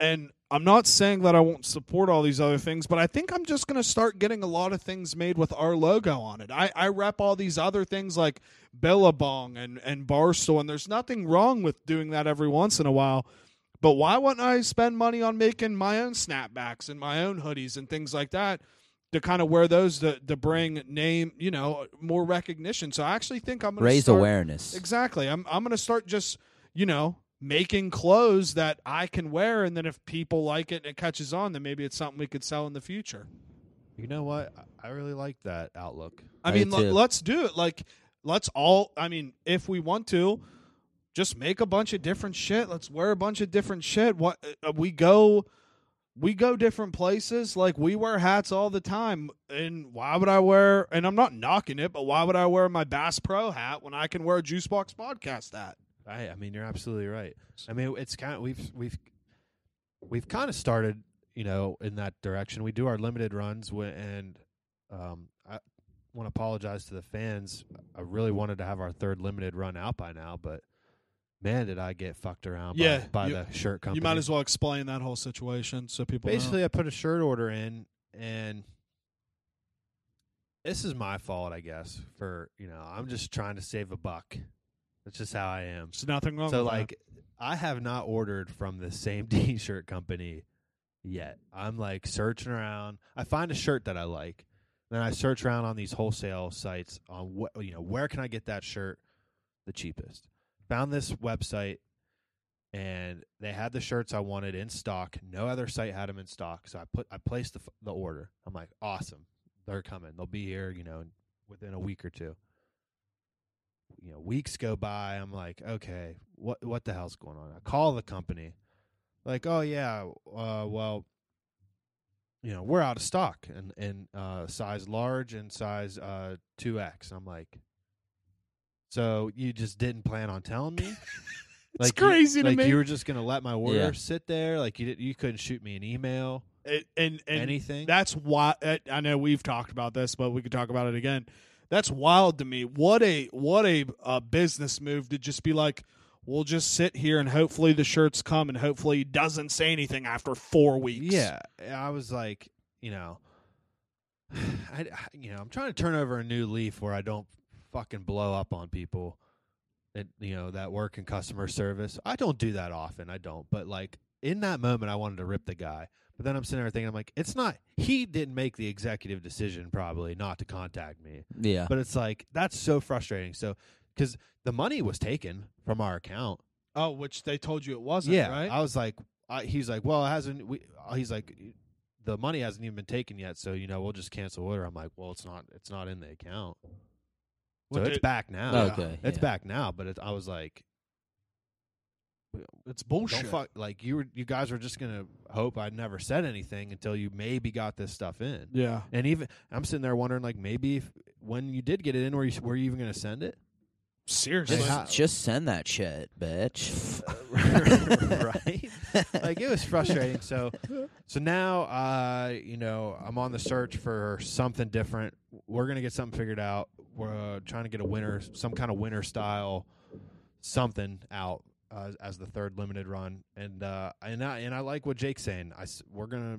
S4: and I'm not saying that I won't support all these other things, but I think I'm just gonna start getting a lot of things made with our logo on it. I I rep all these other things like Billabong and and Barstool, and there's nothing wrong with doing that every once in a while. But why wouldn't I spend money on making my own snapbacks and my own hoodies and things like that? to kind of wear those to, to bring name, you know, more recognition. So I actually think I'm going to
S2: Raise
S4: start,
S2: awareness.
S4: Exactly. I'm I'm going to start just you know making clothes that I can wear, and then if people like it and it catches on, then maybe it's something we could sell in the future.
S3: You know what? I- I really like that outlook.
S4: I
S2: Me
S4: mean, le-
S2: too.
S4: let's do it. Like, let's all. I mean, if we want to, just make a bunch of different shit. Let's wear a bunch of different shit. What uh, we go, we go different places. Like we wear hats all the time. And why would I wear? And I'm not knocking it, but why would I wear my Bass Pro hat when I can wear a Juicebox Podcast hat?
S3: I, I mean, you're absolutely right. I mean, it's kind of we've we've we've kind of started, you know, in that direction. We do our limited runs, wi- and um, I want to apologize to the fans. I really wanted to have our third limited run out by now, but man, did I get fucked around
S4: Yeah,
S3: by, by
S4: you-
S3: the shirt company.
S4: You might as well explain that whole situation so people know.
S3: basically i put a shirt order in and this is my fault i guess for you know i'm just trying to save a buck that's just how i am
S4: There's nothing wrong.
S3: so
S4: with that.
S3: like i have not ordered from the same [laughs] t-shirt company yet i'm like searching around i find a shirt that i like then i search around on these wholesale sites on what you know where can i get that shirt the cheapest found this website and they had the shirts I wanted in stock. No other site had them in stock, so I put I placed the f- the order. I'm like, awesome, they're coming. They'll be here, you know, within a week or two. You know, weeks go by. I'm like, okay, what what the hell's going on? I call the company, like, oh yeah, uh, well, you know, we're out of stock and and uh, size large and size uh, two X. I'm like, so you just didn't plan on telling me?
S4: [laughs] It's
S3: you-
S4: crazy to
S3: like
S4: me.
S3: You were just gonna let my order
S2: Yeah.
S3: sit there, like you did, you couldn't shoot me an email,
S4: It- and and
S3: anything.
S4: That's why I- I know we've talked about this, but we could talk about it again. That's wild to me. What a what a uh, business move to just be like, we'll just sit here and hopefully the shirts come and hopefully he doesn't say anything after four weeks.
S3: yeah, I was like, you know, [sighs] I, I- you know, I'm trying to turn over a new leaf where I don't fucking blow up on people that you know that work in customer service. I don't do that often. I don't, but like in that moment, I wanted to rip the guy. But then I'm sitting there thinking, I'm like, it's not. He didn't make the executive decision, probably not to contact me.
S2: Yeah.
S3: But it's like that's so frustrating. So because the money was taken from our account.
S4: Oh, which they told you it wasn't.
S3: yeah,
S4: Right.
S3: I was like, I, he's like, well, it hasn't. We, uh, he's like, the money hasn't even been taken yet, so you know we'll just cancel order. I'm like, well, it's not, it's not in the account, so
S4: Well,
S3: it's
S4: dude- Oh, uh,
S3: back now.
S2: Okay,
S3: it's
S2: yeah.
S3: back now. But it, I was like,
S4: It's bullshit.
S3: Don't fuck. Like you were, you guys were just gonna hope I never said anything until you maybe got this stuff in.
S4: Yeah.
S3: And even I'm sitting there wondering, like maybe if, when you did get it in, were you were you even gonna send it?
S4: Seriously.
S3: Just-
S2: Just,
S3: Yeah.
S2: just send that shit, bitch. [laughs]
S3: [laughs] right? Like it was frustrating. So, so now, uh, you know, I'm on the search for something different. We're gonna get something figured out. We're uh, trying to get a winter, some kind of winter style something out uh, as the third limited run. And uh, and I and I like what Jake's saying. I s- we're gonna,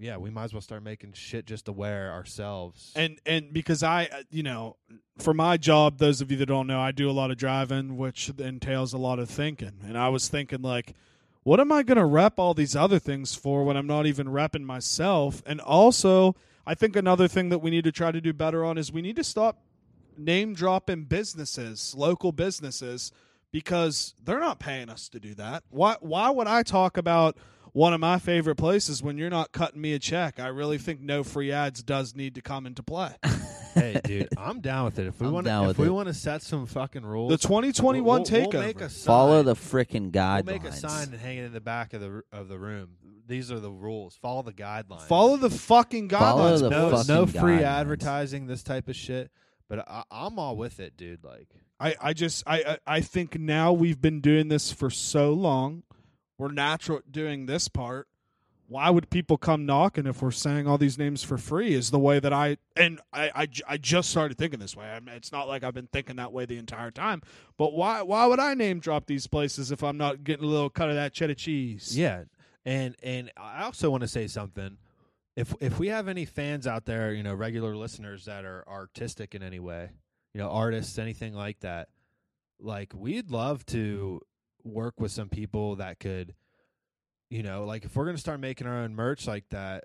S3: yeah, we might as well start making shit just to wear ourselves.
S4: and and because I, uh, you know, for my job, those of you that don't know, I do a lot of driving, which entails a lot of thinking. And I was thinking like, what am I going to rep all these other things for when I'm not even repping myself? And also, I think another thing that we need to try to do better on is we need to stop name dropping businesses, local businesses, because they're not paying us to do that. Why why would I talk about one of my favorite places when you're not cutting me a check? I really think no free ads does need to come into play.
S3: hey, dude, I'm down with it. If we
S2: I'm
S3: want,
S2: down
S3: if
S2: with
S3: we
S2: it.
S3: want to set some fucking rules,
S4: The 2021
S3: we'll, we'll,
S4: takeover.
S3: We'll make a
S2: Follow
S3: sign.
S2: the freaking guidelines.
S3: We'll make a sign and hang it in the back of the of the room. These are the rules. Follow the guidelines.
S4: Follow the fucking guidelines.
S2: Follow the
S4: bro.
S3: no, no
S2: fucking
S3: free
S2: guidelines.
S3: advertising. This type of shit. But I, I'm all with it, dude. Like,
S4: I, I just I, I I think now we've been doing this for so long, we're natural at doing this part. Why would people come knocking if we're saying all these names for free? Is the way that I and I I, ju- I just started thinking this way. I mean, it's not like I've been thinking that way the entire time. But why why would I name drop these places if I'm not getting a little cut of that cheddar cheese?
S3: yeah. And and I also want to say something. If if we have any fans out there, you know, regular listeners that are artistic in any way, you know, artists, anything like that, like we'd love to work with some people that could, you know, like if we're gonna start making our own merch like that,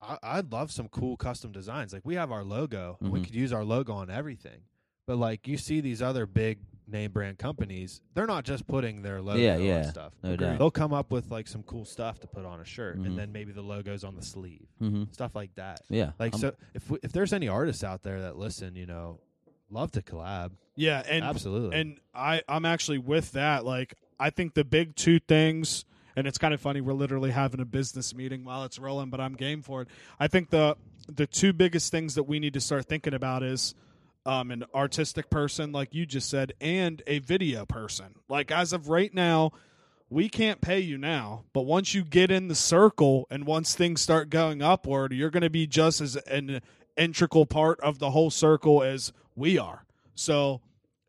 S3: I, I'd love some cool custom designs. Like we have our logo, we
S2: Mhm.
S3: could use our logo on everything. But like you see these other big name brand companies, they're not just putting their logo
S2: Yeah,
S3: on
S2: yeah.
S3: stuff.
S2: No
S4: Agreed.
S2: doubt.
S3: They'll come up with like some cool stuff to put on a shirt,
S2: Mhm.
S3: and then maybe the logos on the sleeve,
S2: hmm
S3: stuff like that.
S2: Yeah.
S3: Like
S2: I'm-
S3: so, if we, if there's any artists out there that listen, you know, love to collab.
S4: yeah, and
S3: Absolutely.
S4: And I, I'm actually with that. Like, I think the big two things, and it's kind of funny, we're literally having a business meeting while it's rolling, but I'm game for it. I think the the two biggest things that we need to start thinking about is um, an artistic person, like you just said, and a video person. Like, as of right now, we can't pay you now, but once you get in the circle and once things start going upward, you're going to be just as an integral part of the whole circle as we are. So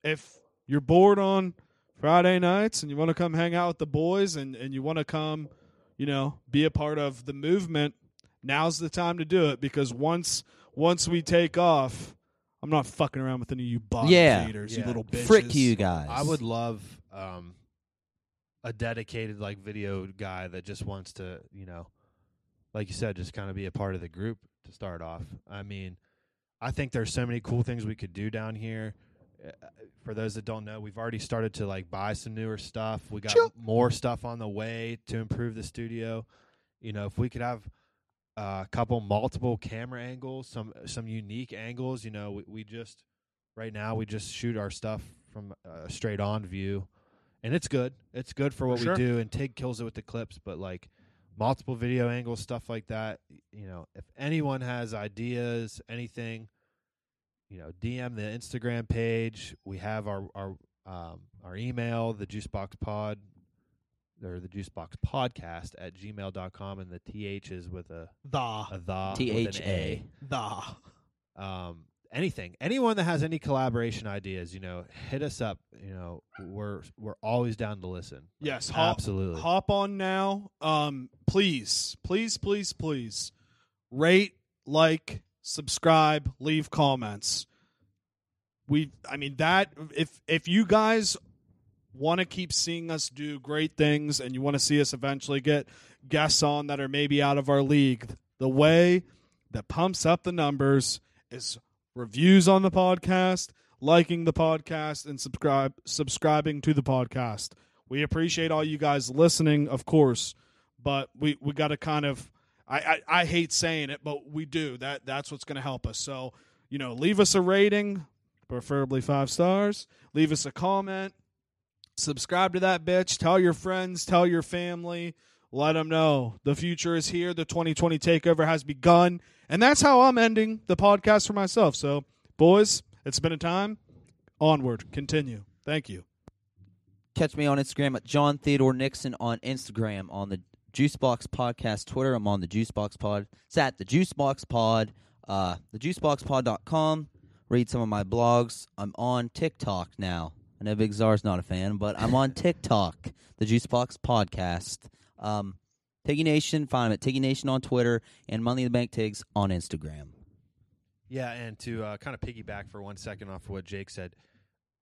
S4: if you're bored on Friday nights and you want to come hang out with the boys and, and you want to come, you know, be a part of the movement, now's the time to do it because once once we take off, I'm not fucking around with any of you bottom
S2: Yeah.
S4: feeders, you
S3: Yeah.
S4: little bitches.
S2: Frick you guys.
S3: I would love um, a dedicated like video guy that just wants to, you know, like you said, just kind of be a part of the group to start off. I mean, I think there's so many cool things we could do down here. Uh, For those that don't know, we've already started to like buy some newer stuff. We got
S4: Choo.
S3: more stuff on the way to improve the studio. You know, if we could have uh, a couple multiple camera angles, some some unique angles. You know, we, we just right now we just shoot our stuff from a straight on view, and it's good. It's good for what
S4: Sure.
S3: we do. And Tig kills it with the clips, but like multiple video angles, stuff like that. You know, if anyone has ideas, anything, you know, DM the Instagram page. We have our our um, our email, the Juicebox Pod. Or the Juicebox Podcast at gmail.com, and the TH is with a
S4: The
S3: a the
S2: T
S3: with
S2: H
S3: an
S2: A.
S4: the
S3: um, anything anyone that has any collaboration ideas you know hit us up you know we're we're always down to listen
S4: Yes, hop-
S3: absolutely
S4: hop on now. Um, please, please, please, please rate, like, subscribe, leave comments. We, I mean that if if you guys want to keep seeing us do great things and you want to see us eventually get guests on that are maybe out of our league, the way that pumps up the numbers is reviews on the podcast, liking the podcast, and subscribe subscribing to the podcast. We appreciate all you guys listening, of course, but we we got to kind of I, I I hate saying it, but we do that. That's what's going to help us. So you know, leave us a rating, preferably five stars. Leave us a comment. Subscribe to that bitch. Tell your friends. Tell your family. Let them know the future is here. The 2020 takeover has begun, and that's how I'm ending the podcast for myself. So, boys, it's been a time. Onward. Continue. Thank you.
S2: Catch me on Instagram at John Theodore Nixon on Instagram on the Juicebox Podcast Twitter. I'm on the Juicebox Pod. It's at the Juicebox Pod, uh, thejuiceboxpod.com. Read some of my blogs. I'm on TikTok now. I know Big Czar's not a fan, but I'm
S3: [laughs]
S2: on TikTok, the Juicebox Podcast. Um, Tiggy Nation, find him at Tiggy Nation on Twitter and Money in the Bank Tigs on Instagram.
S3: Yeah, and to uh, kind of piggyback for one second off of what Jake said,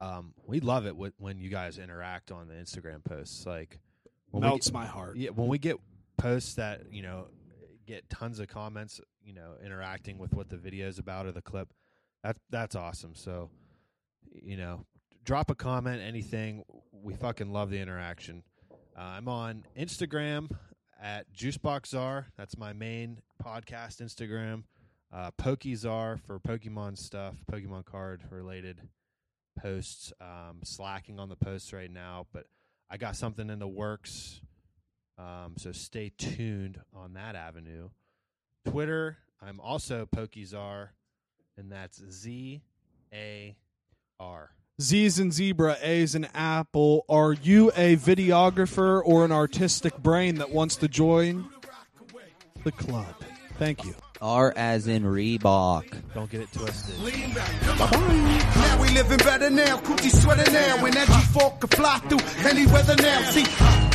S3: um, we love it wh- when you guys interact on the Instagram posts. Like, when we
S4: Melts my heart.
S3: get, yeah, when we get posts that you know get tons of comments, you know, interacting with what the video is about or the clip, that that's awesome. So, you know, drop a comment, anything. We fucking love the interaction. Uh, I'm on Instagram at JuiceboxZar. That's my main podcast Instagram. Uh, PokeZar for Pokemon stuff, Pokemon card related posts. Um, slacking on the posts right now, but I got something in the works. Um, so stay tuned on that avenue. Twitter, I'm also PokeZar, and that's Z A R.
S4: Z's and zebra, A's and apple. Are you a videographer or an artistic brain that wants to join the club? Thank you.
S2: R as in Reebok.
S3: Don't get it twisted.
S1: Now we living better now, coochie sweater now, when that G4 can fly through any weather now. See,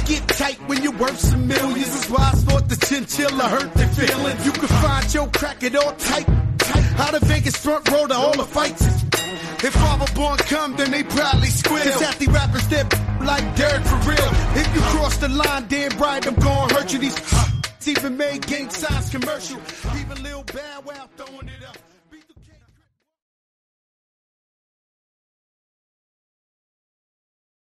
S1: get tight when you're worth some millions. That's why I thought the chinchilla hurt the feeling. You can find your crack it all tight, tight. Out of Vegas front row to all the fights. If I were born come, then they probably squeal. Cause at the rappers, they're like dirt for real. If you cross the line, damn right, I'm [laughs] gonna hurt you. These even made gang signs commercial. Even Lil Bow Wow throwing it